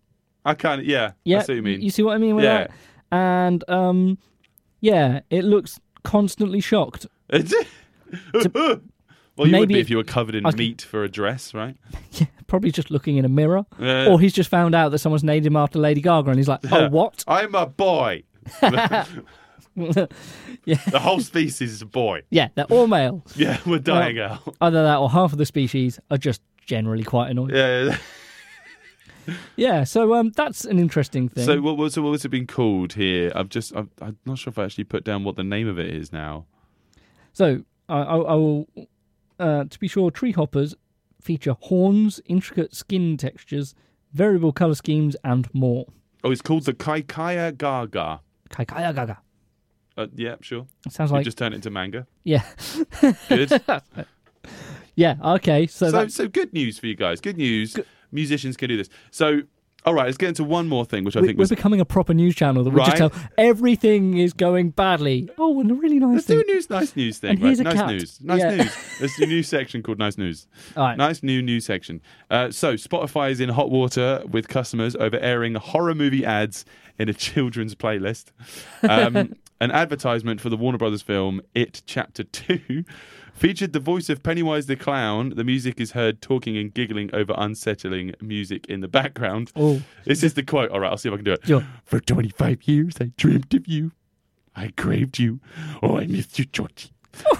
C: I kind of yeah.
B: Yeah,
C: I see what you mean.
B: see what I mean with
C: Yeah.
B: that. And um, yeah, it looks constantly shocked.
C: well, you would
B: Maybe-
C: be if you were covered in
B: I was-
C: meat for a dress, right?
B: Yeah, probably just looking in a mirror,
C: Yeah.
B: or he's just found out that someone's named him after Lady Gaga, and he's like, "Oh, what?
C: I'm a boy. The whole species is a boy.
B: Yeah, they're all male.
C: Yeah, we're dying out.
B: Either that, or half of the species are just generally quite annoying."
C: Yeah.
B: Yeah, so um, that's an interesting thing.
C: So what was so what was it being called here? I've just I'm, I'm not sure if I actually put down what the name of it is now.
B: So I, I, I will, uh, to be sure, tree hoppers feature horns, intricate skin textures, variable color schemes, and more.
C: Oh, it's called the Kaikaya Gaga.
B: Kaikaya Gaga.
C: Uh, yeah, sure.
B: Sounds
C: You
B: like
C: just turn it into manga.
B: yeah,
C: Good. so
B: yeah. Okay, so,
C: so,
B: that's
C: good news for you guys. Good news. Musicians can do this. So all right, let's get into one more thing, which I
B: we,
C: think
B: we're
C: was
B: becoming a proper news channel that we just tell
C: Right.
B: everything is going badly. Oh, and a really nice
C: Let's
B: thing.
C: do a news, nice news thing.
B: And
C: right?
B: here's a
C: nice
B: cat.
C: news, nice
B: Yeah.
C: news. There's a new section called nice news.
B: All right.
C: Nice new news section. Uh, so Spotify is in hot water with customers over airing horror movie ads in a children's playlist. Um, an advertisement for the Warner Brothers film It Chapter Two featured the voice of Pennywise the clown. The music is heard talking and giggling over unsettling music in the background.
B: Oh.
C: This is the quote. All right, I'll see if I can do it.
B: Sure.
C: For 25 years, I dreamt of you. I craved you. Oh, I missed you, Georgie.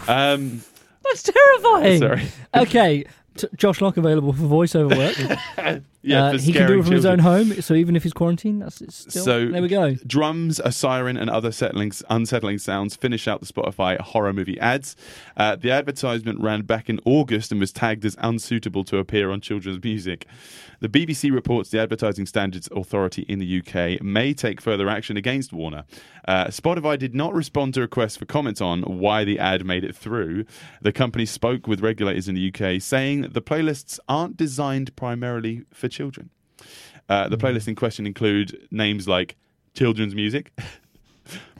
C: Um,
B: That's terrifying.
C: Sorry.
B: Okay, t- Josh Locke available for voiceover work.
C: yeah,
B: Uh,
C: for
B: he can do
C: scaring
B: it from his own
C: children.
B: home, so even if he's quarantined, that's it's still.
C: So
B: there we go.
C: Drums, a siren, and other settling, unsettling sounds finish out the Spotify horror movie ads. Uh, the advertisement ran back in August and was tagged as unsuitable to appear on children's music. The BBC reports the Advertising Standards Authority in the UK may take further action against Warner. Uh, Spotify did not respond to requests for comments on why the ad made it through. The company spoke with regulators in the UK, saying that the playlists aren't designed primarily for children. Uh,
B: Mm-hmm.
C: the playlist in question include names like children's music,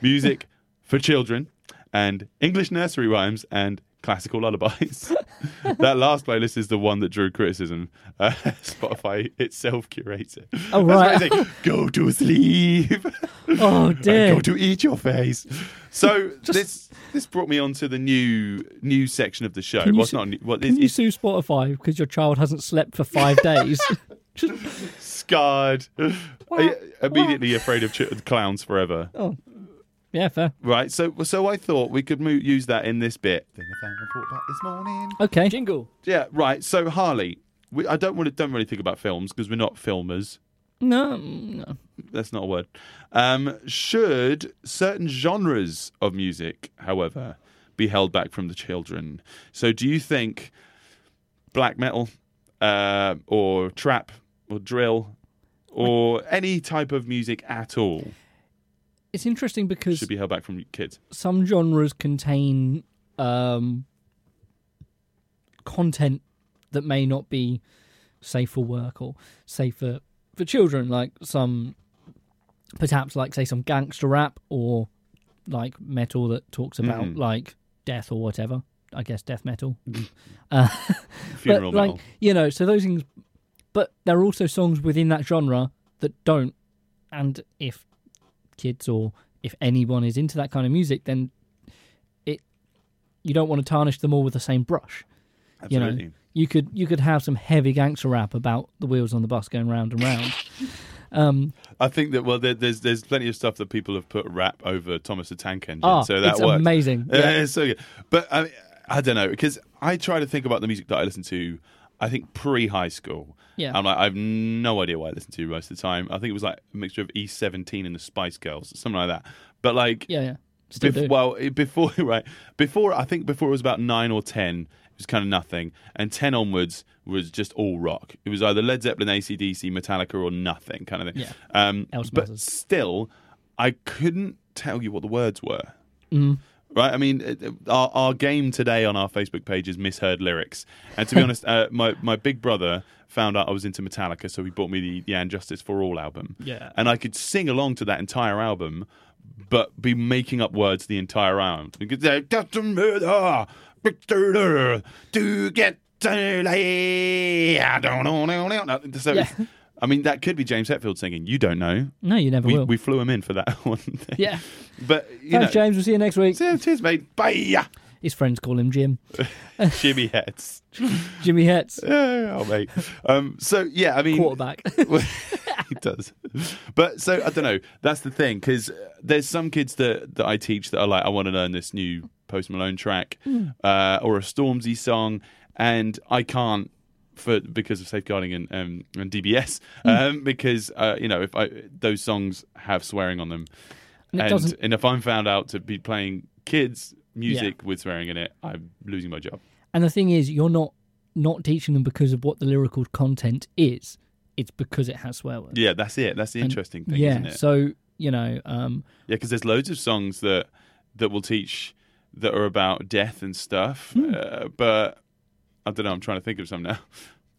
C: music for children, and English nursery rhymes and classical lullabies. that last playlist is the one that drew criticism. Uh, Spotify itself curates it.
B: Oh,
C: That's
B: right.
C: why I say, Go to sleep.
B: Oh
C: and
B: dear.
C: go to eat your face. So this this brought me on to the new new section of the show.
B: you
C: Well, it's
B: su-
C: not new, well,
B: Can
C: it's,
B: you
C: it's
B: sue Spotify because your child hasn't slept for five days? Just-
C: scarred. I- immediately afraid of ch- clowns forever.
B: yeah, fair.
C: Right, so so I thought we could mo- use that in this bit. Thing I found report back this morning.
B: Okay. Jingle.
C: Yeah, right. So Harley, we, I don't want to don't really think about films because we're not filmers.
B: No, mm, no.
C: That's not a word. Um, should certain genres of music, however, be held back from the children? So do you think black metal uh, or trap or drill or any type of music at all
B: It's interesting because
C: should be held back from kids.
B: some genres contain um, content that may not be safe for work or safe for, for children, like some, perhaps like say some gangster rap or like metal that talks about
C: Mhm.
B: like death or whatever. I guess death metal.
C: Funeral
B: but, like,
C: metal.
B: You know, so those things. But there are also songs within that genre that don't. And if kids or if anyone is into that kind of music, then it you don't want to tarnish them all with the same brush. you know,
C: Absolutely.
B: You could you could have some heavy gangster rap about the wheels on the bus going round and round. um,
C: I think that well, there, there's there's plenty of stuff that people have put rap over Thomas the Tank Engine,
B: ah,
C: so that
B: it's
C: works.
B: amazing.
C: Uh,
B: Yeah.
C: it's so good. But I, I don't know because I try to think about the music that I listen to. I think pre high school.
B: Yeah.
C: I'm like I've no idea what I listened to most of the time. I think it was like a mixture of E17 and the Spice Girls, something like that. But like,
B: yeah, yeah. Still
C: bef-
B: do.
C: well, it- before right, before I think before it was about nine or ten, it was kind of nothing, and ten onwards was just all rock. It was either Led Zeppelin, ACDC, Metallica, or nothing kind of thing.
B: Yeah.
C: Um,
B: Else
C: but
B: matters.
C: still, I couldn't tell you what the words were. Right, I mean, it- it- our, our game today on our Facebook page is misheard lyrics, and to be honest, uh, my my big brother found out I was into Metallica, so he bought me the the And Justice for All album.
B: Yeah.
C: and I could sing along to that entire album, but be making up words the entire album. You could say, "Doesn't matter, Victor, to get to lay, I don't know, no, no, no." So it's-
B: Yeah.
C: I mean, that could be James Hetfield singing. You don't know.
B: no, you never
C: We,
B: will.
C: we flew him in for that one thing.
B: yeah.
C: But, you
B: Thanks,
C: know.
B: James. We'll see you next week.
C: Yeah, cheers, mate. Bye.
B: His friends call him Jim.
C: Jimmy heads.
B: Jimmy Hetz,
C: Yeah, oh, mate. Um, so yeah, I mean,
B: quarterback.
C: he does. But so I don't know. That's the thing because there's some kids that that I teach that are like, I want to learn this new Post Malone track
B: Mm.
C: uh, or a Stormzy song, and I can't for because of safeguarding and um, and DBS
B: Mm.
C: um, because uh, you know if I those songs have swearing on them,
B: And it
C: and,
B: doesn't-
C: and if I'm found out to be playing kids music with swearing in it, I'm losing my job.
B: And the thing is, you're not not teaching them because of what the lyrical content is. It's because it has swear words.
C: Yeah, that's it. That's the interesting thing,
B: yeah.
C: isn't it?
B: So you know, um,
C: Yeah, because there's loads of songs that that will teach that are about death and stuff. Uh, but I don't know. I'm trying to think of some now.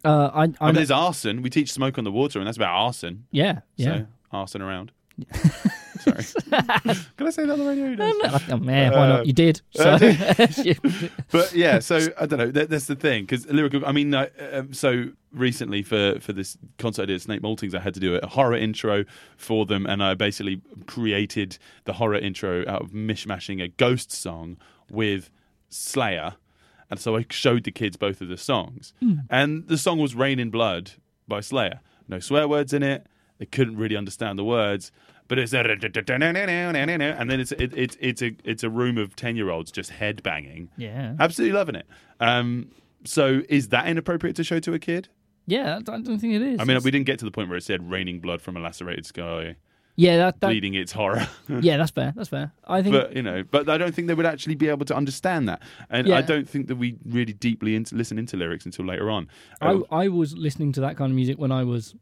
B: uh, I,
C: I
B: I
C: mean, there's arson. We teach smoke on the water, and that's about arson.
B: yeah, yeah.
C: So, arson around. Sorry. Can I say that on the radio? You know?
B: oh, man, why
C: Uh,
B: not? You did. So
C: but yeah, so I don't know. That, that's the thing because lyrical. I mean, uh, um, so recently for for this concert I did at Snake Maltings, I had to do a horror intro for them, and I basically created the horror intro out of mishmashing a ghost song with Slayer, and so I showed the kids both of the songs, and the song was "Rain in Blood" by Slayer. No swear words in it. They couldn't really understand the words. But it's a and then it's it, it's it's a it's a room of ten year olds just head banging
B: yeah,
C: absolutely loving it. Um, so is that inappropriate to show to a kid?
B: yeah. I don't think it is.
C: I mean,
B: It's-
C: we didn't get to the point where it said raining blood from a lacerated sky,
B: yeah, that, that
C: bleeding its horror.
B: yeah, that's fair. That's fair. I think
C: but you know, but I don't think they would actually be able to understand that, and I
B: Yeah.
C: don't think that we really deeply into, listen into lyrics until later on.
B: I,
C: Uh,
B: I was listening to that kind of music when I was,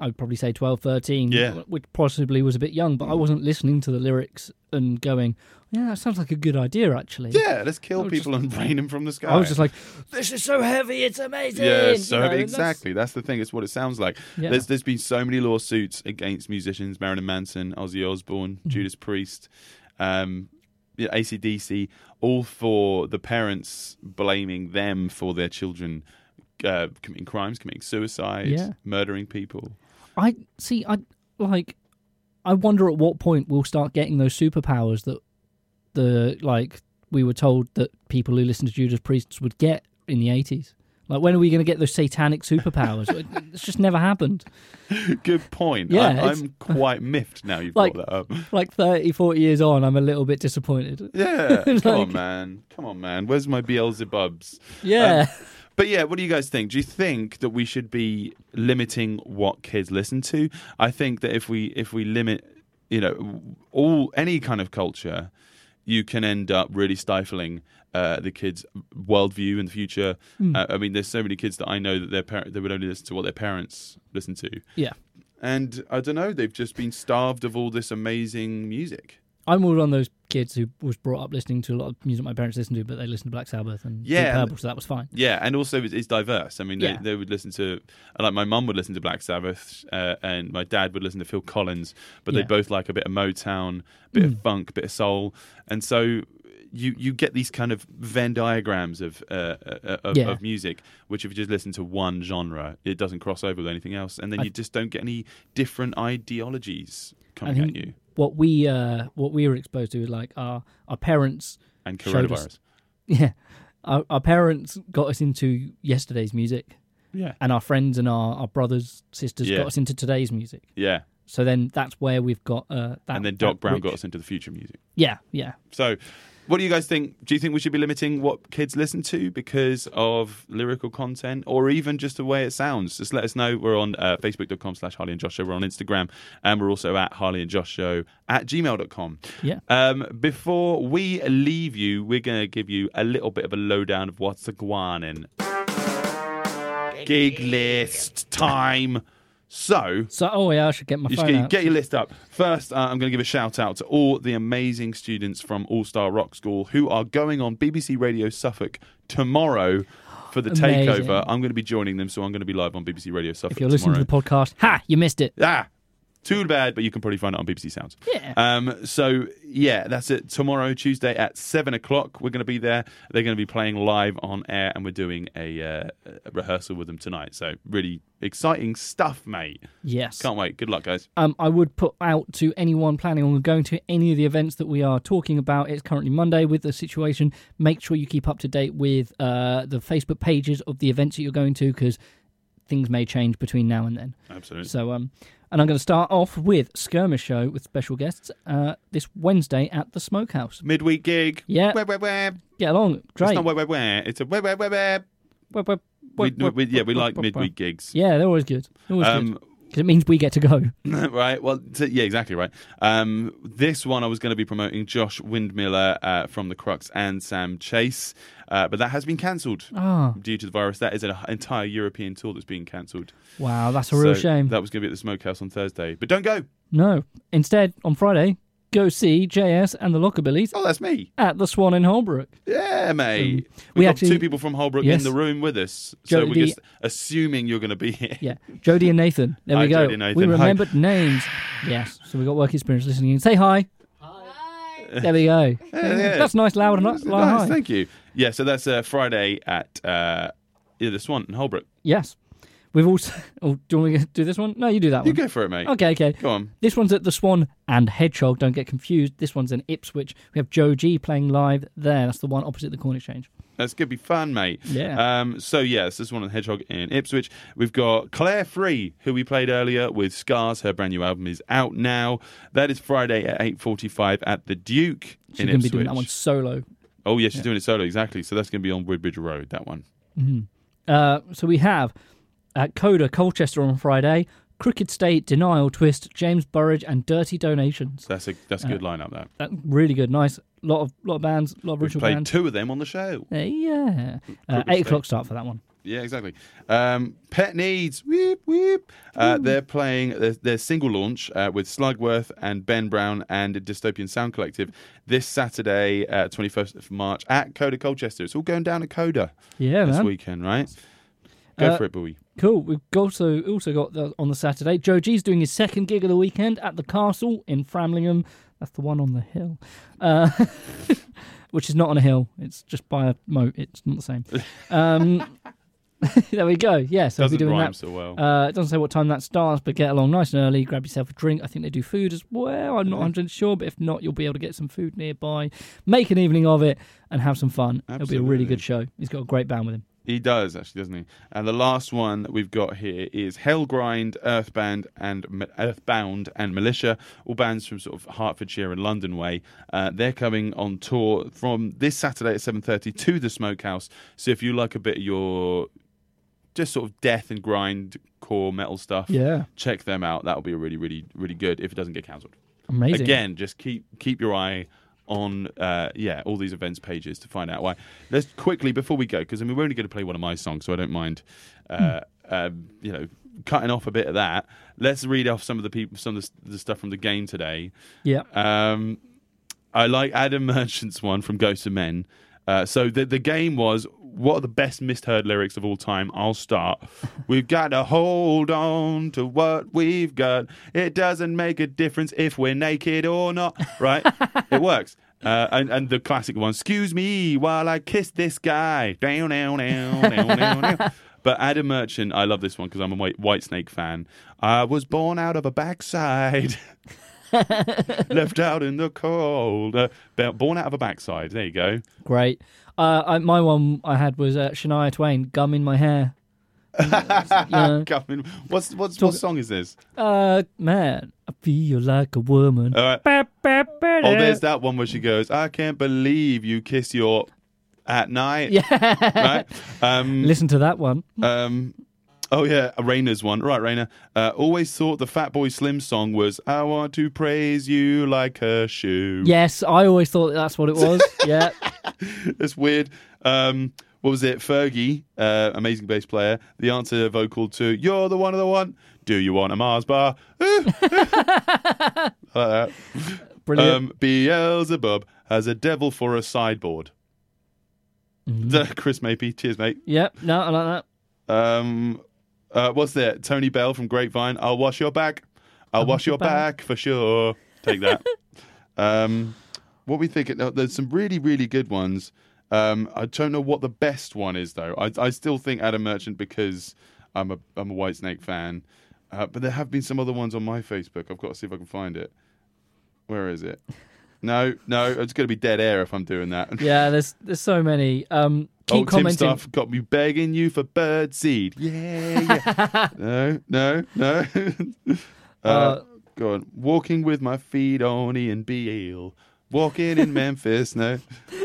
B: I would probably say 12, 13,
C: Yeah.
B: which possibly was a bit young, but I wasn't listening to the lyrics and going, yeah, that sounds like a good idea, actually.
C: yeah, let's
B: I
C: kill
B: was
C: people and rain them from the sky.
B: I was just like, this is so heavy, it's amazing.
C: Yeah,
B: you
C: so
B: know, and that's-
C: exactly. That's... the thing. It's what it sounds like.
B: Yeah.
C: There's there's been so many lawsuits against musicians: Marilyn Manson, Ozzy Osbourne,
B: Mm-hmm.
C: Judas Priest, um, yeah, ACDC, all for the parents blaming them for their children uh, committing crimes, committing suicide,
B: Yeah.
C: murdering people.
B: I see. I like. I wonder at what point we'll start getting those superpowers that the like we were told that people who listen to Judas Priests would get in the eighties. Like, when are we going to get those satanic superpowers? It- it's just never happened.
C: Good point.
B: Yeah,
C: I,
B: it's-
C: I'm quite miffed now you've
B: Like-
C: brought that up.
B: Like 30, 40 years on, I'm a little bit disappointed.
C: Yeah, come
B: Like-
C: on, man. Come on, man. Where's my Beelzebubs?
B: Yeah.
C: Um, But yeah, what do you guys think? Do you think that we should be limiting what kids listen to? I think that if we if we limit, you know, all any kind of culture, you can end up really stifling uh, the kids' worldview in the future. Uh, I mean, there's so many kids that I know that their parent they would only listen to what their parents listen to,
B: Yeah.
C: and I don't know, they've just been starved of all this amazing music.
B: I'm one of those kids who was brought up listening to a lot of music my parents listened to, but they listened to Black Sabbath and Deep
C: Yeah, and-
B: Purple, so that was fine.
C: Yeah, and also it's, it's diverse. I mean, they,
B: Yeah.
C: they would listen to like my mum would listen to Black Sabbath, uh, and my dad would listen to Phil Collins, but they
B: Yeah. Mm.
C: both like a bit of Motown, bit of funk, bit of soul, and so you you get these kind of Venn diagrams of uh, uh, of,
B: Yeah.
C: of music, which if you just listen to one genre, it doesn't cross over with anything else, and then
B: I-
C: you just don't get any different ideologies
B: I
C: coming at
B: think
C: you.
B: what we uh, what we were exposed to is like our our parents
C: And
B: showed us-
C: coronavirus,
B: Yeah. Our, our parents got us into yesterday's music,
C: yeah,
B: and our friends and our, our brothers, sisters
C: Yeah.
B: got us into today's music.
C: yeah,
B: So then that's where we've got uh, that.
C: and then Doc
B: that
C: Brown
B: rich-
C: got us into the future music.
B: Yeah, yeah.
C: So, what do you guys think? Do you think we should be limiting what kids listen to because of lyrical content, or even just the way it sounds? Just let us know. We're on uh, Facebook.com/slash Harley and Josh Show. We're on Instagram, and we're also at Harley and Josh Show at gmail.com.
B: Yeah.
C: Um, before we leave you, we're gonna give you a little bit of a lowdown of what's going in. Gig list time. So,
B: So, oh, yeah, I should get my
C: you just
B: phone
C: get,
B: out.
C: get your list up. First, uh, I'm going to give a shout out to all the amazing students from All Star Rock School who are going on BBC Radio Suffolk tomorrow for the
B: Amazing.
C: takeover. I'm going to be joining them, so I'm going to be live on BBC Radio Suffolk
B: if you're listening
C: tomorrow.
B: to the podcast, ha, you missed it.
C: ah, too bad, but you can probably find it on BBC Sounds.
B: Yeah.
C: Um, so yeah, that's it. Tomorrow, Tuesday at seven o'clock, we're going to be there. They're going to be playing live on air, and we're doing a, uh, a rehearsal with them tonight. So really exciting stuff, mate.
B: yes.
C: Can't wait. Good luck, guys.
B: Um, I would put out to anyone planning on going to any of the events that we are talking about. It's currently Monday with the situation. Make sure you keep up to date with uh, the Facebook pages of the events that you're going to because things may change between now and then.
C: Absolutely.
B: So, um, and I'm going to start off with Skirmish Show with special guests uh, this Wednesday at the Smokehouse.
C: Midweek gig.
B: Yeah.
C: Wah, wah, wah.
B: Get along, great.
C: It's not wah, wah, wah. It's a wah, wah, wah, wah.
B: Wah, wah, wah,
C: We,
B: wah,
C: we, yeah, we
B: wah,
C: like
B: wah, wah.
C: midweek gigs.
B: Yeah, they're always good. They're Always
C: Um,
B: because it means we get to go.
C: right. Well, t- yeah, exactly right. Um, this one I was going to be promoting Josh Windmiller uh, from The Crux and Sam Chase, uh, but that has been cancelled
B: Ah,
C: due to the virus. That is an entire European tour that's being cancelled.
B: wow, that's a real
C: So
B: shame.
C: That was going to be at the Smokehouse on Thursday, but don't go.
B: No, instead on Friday, go see JS and the Lockabillies
C: Oh, that's me.
B: at the Swan in Holbrook.
C: Yeah, mate.
B: we
C: We've got
B: actually-
C: two people from Holbrook
B: Yes.
C: in the room with us, so
B: Jody-
C: we're just assuming you're going to be here.
B: Yeah, Jodie and Nathan. There we
C: Hi,
B: go.
C: Jodie and Nathan.
B: We
C: Hi.
B: remembered names. Yes, so we got work experience listening. in. Say hi. Hi. There we go.
C: yeah.
B: That's nice, loud and loud.
C: Nice,
B: hi.
C: thank you. Yeah, so that's uh, Friday at uh, yeah, the Swan in Holbrook.
B: Yes. We've also. Oh, do you want me to do this one? No, you do that
C: You
B: one.
C: go for it, mate.
B: Okay, okay.
C: Go on.
B: This one's at the Swan and Hedgehog. Don't get confused. This one's in Ipswich. We have Joe G playing live there. That's the one opposite the Corn Exchange.
C: That's going to be fun, mate.
B: Yeah.
C: Um, so, yes, this is one of the Hedgehog in Ipswich. We've got Claire Free, who we played earlier with Scars. Her brand new album is out now. That is Friday at 8.45 at The Duke
B: She's
C: in
B: going to be
C: Ipswich.
B: doing that one solo.
C: Oh, yeah, she's doing it solo, exactly. So that's going to be on Woodbridge Road, that one.
B: Uh, so we have at Coda Colchester on Friday, Crooked State, Denial Twist, James Burridge, and Dirty Donations.
C: So that's a that's a good lineup, that.
B: That, really good, nice. Lot of lot of bands, lot of
C: We've
B: original
C: played
B: bands.
C: two of them on the show.
B: Uh, yeah, uh,
C: Crooked
B: eight
C: State.
B: o'clock start for that one.
C: Yeah, exactly. Um, Pet Needs, weep, weep. Uh, they're playing their, their single launch uh, with Slugworth and Ben Brown and Dystopian Sound Collective this Saturday, uh, 21st of March at Coda Colchester. It's all going down at Coda
B: Yeah,
C: this
B: man.
C: weekend, right? Go
B: Uh,
C: for it, Bowie.
B: Cool. We've also also got the, on the Saturday. Joe G's doing his second gig of the weekend at the Castle in Framlingham. That's the one on the hill, uh, which is not on a hill. It's just by a moat. It's not the same. Um, there we go. Yeah, so we'll be
C: Doesn't
B: doing
C: rhyme
B: that.
C: so well.
B: Uh, it doesn't say what time that starts, but get along nice and early. Grab yourself a drink. I think they do food as well. I'm
C: Mm-hmm.
B: not 100 sure, but if not, you'll be able to get some food nearby. Make an evening of it and have some fun. It'll be a really
C: Absolutely.
B: good show. He's got a great band with him.
C: He does actually, doesn't he? And the last one that we've got here is Hellgrind, Earthbound, and Ma- Earthbound and Militia, all bands from sort of Hertfordshire and London way. Uh, they're coming on tour from this Saturday at seven thirty to the Smokehouse. So if you like a bit of your just sort of death and grind core metal stuff,
B: Yeah.
C: check them out. That'll be really, really, really good if it doesn't get cancelled.
B: Amazing.
C: Again, just keep keep your eye on uh, yeah all these events pages to find out why. Let's quickly before we go because I mean we're only going to play one of my songs, so I don't mind uh, um, you know cutting off a bit of that. Let's read off some of the people, some of the, the stuff from the game today.
B: Yeah.
C: Um, I like Adam Merchant's one from Ghosts of Men. Uh, so the the game was what are the best misheard lyrics of all time? I'll start. We've got to hold on to what we've got. It doesn't make a difference if we're naked or not. Right? it works. Uh, and, and the classic one, excuse me while I kiss this guy. Down, down, down, down, down, down. But Adam Merchant, I love this one because I'm a White, White Snake fan. I was born out of a backside left out in the cold. Uh, born out of a backside. There you go.
B: Great. Uh, I, my one I had was uh, Shania Twain, "Gum in My Hair." You know,
C: Coming. What's what's what song is this?
B: uh, man, I feel like a woman.
C: All right.
B: Ba, ba, ba,
C: Oh, there's that one where she goes, "I can't believe you kiss your at night."
B: Yeah.
C: Right. Um.
B: Listen to that one.
C: um Oh yeah, Raina's one. Right, Raina. Uh, always thought the Fat Boy Slim song was "I want to praise you like a shoe."
B: Yes, I always thought that's what it was. yeah.
C: That's weird. Um, what was it? Fergie, uh, amazing bass player. The answer vocal to "You're the one of the one." Do you want a Mars bar? Ooh. like that.
B: Brilliant.
C: Um, Beelzebub has a devil for a sideboard. Chris Mapey, cheers, mate.
B: yep. No, I like
C: Um, uh, what's that? Tony Bell from Grapevine. I'll wash your back. I'll, wash your back. for sure. Take that. um, what we think? no, There's some really, really good ones. Um, I don't know what the best one is though. I, I still think Adam Merchant because I'm a I'm a White Snake fan. Uh, but there have been some other ones on my Facebook. I've got to see if I can find it. Where is it? No, no, it's going to be dead air if I'm doing that.
B: that. Yeah. There's there's so many. Um, keep
C: Oh, Tim
B: commenting.
C: Stuff got me begging you for bird seed. Yeah, yeah. no, no, no. uh,
B: Uh,
C: go on. Walking with my feet on Ian Beale. Walking in Memphis. No.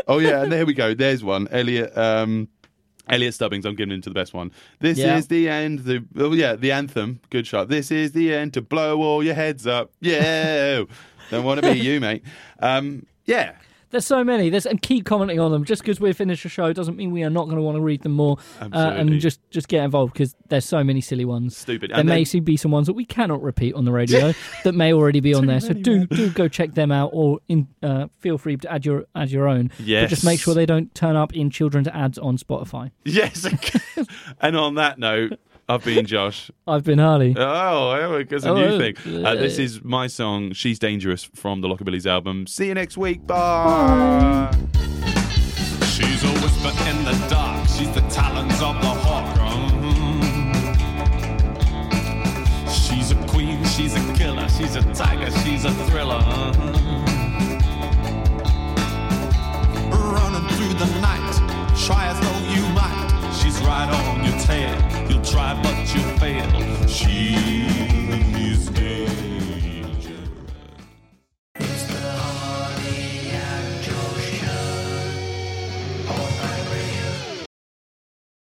C: Oh yeah, and there we go. There's one. Elliot. Um, Elliot Stubbings. I'm giving him to the best one. This
B: Yeah.
C: is the end. The oh yeah, the anthem. Good shot. This is the end to blow all your heads up. Yeah. Don't want to be you, mate. Um, yeah.
B: There's so many. There's and keep commenting on them. Just because we're finished the show doesn't mean we are not going to want to read them more. Uh,
C: Absolutely.
B: and just just get involved because there's so many silly ones.
C: Stupid.
B: There
C: And
B: may
C: then-
B: see- be some ones that we cannot repeat on the radio that may already be on there. So do do go check them out, or in, uh, feel free to add your add your own. But
C: Yes.
B: just make sure they don't turn up in children's ads on Spotify.
C: Yes. and on that note, I've been Josh.
B: I've been Harley.
C: Oh, it's a
B: Oh,
C: new
B: oh.
C: thing. Uh, this is my song, She's Dangerous, from the Lockabilly's album. See you next week. Bye.
A: She's a whisper in the dark. She's the talons of the hawk. Mhm. She's a queen. She's a killer. She's a tiger. She's a thriller. Mhm. Running through the night. Try as though you might. She's right on your tail. You'll try, but you fail. She's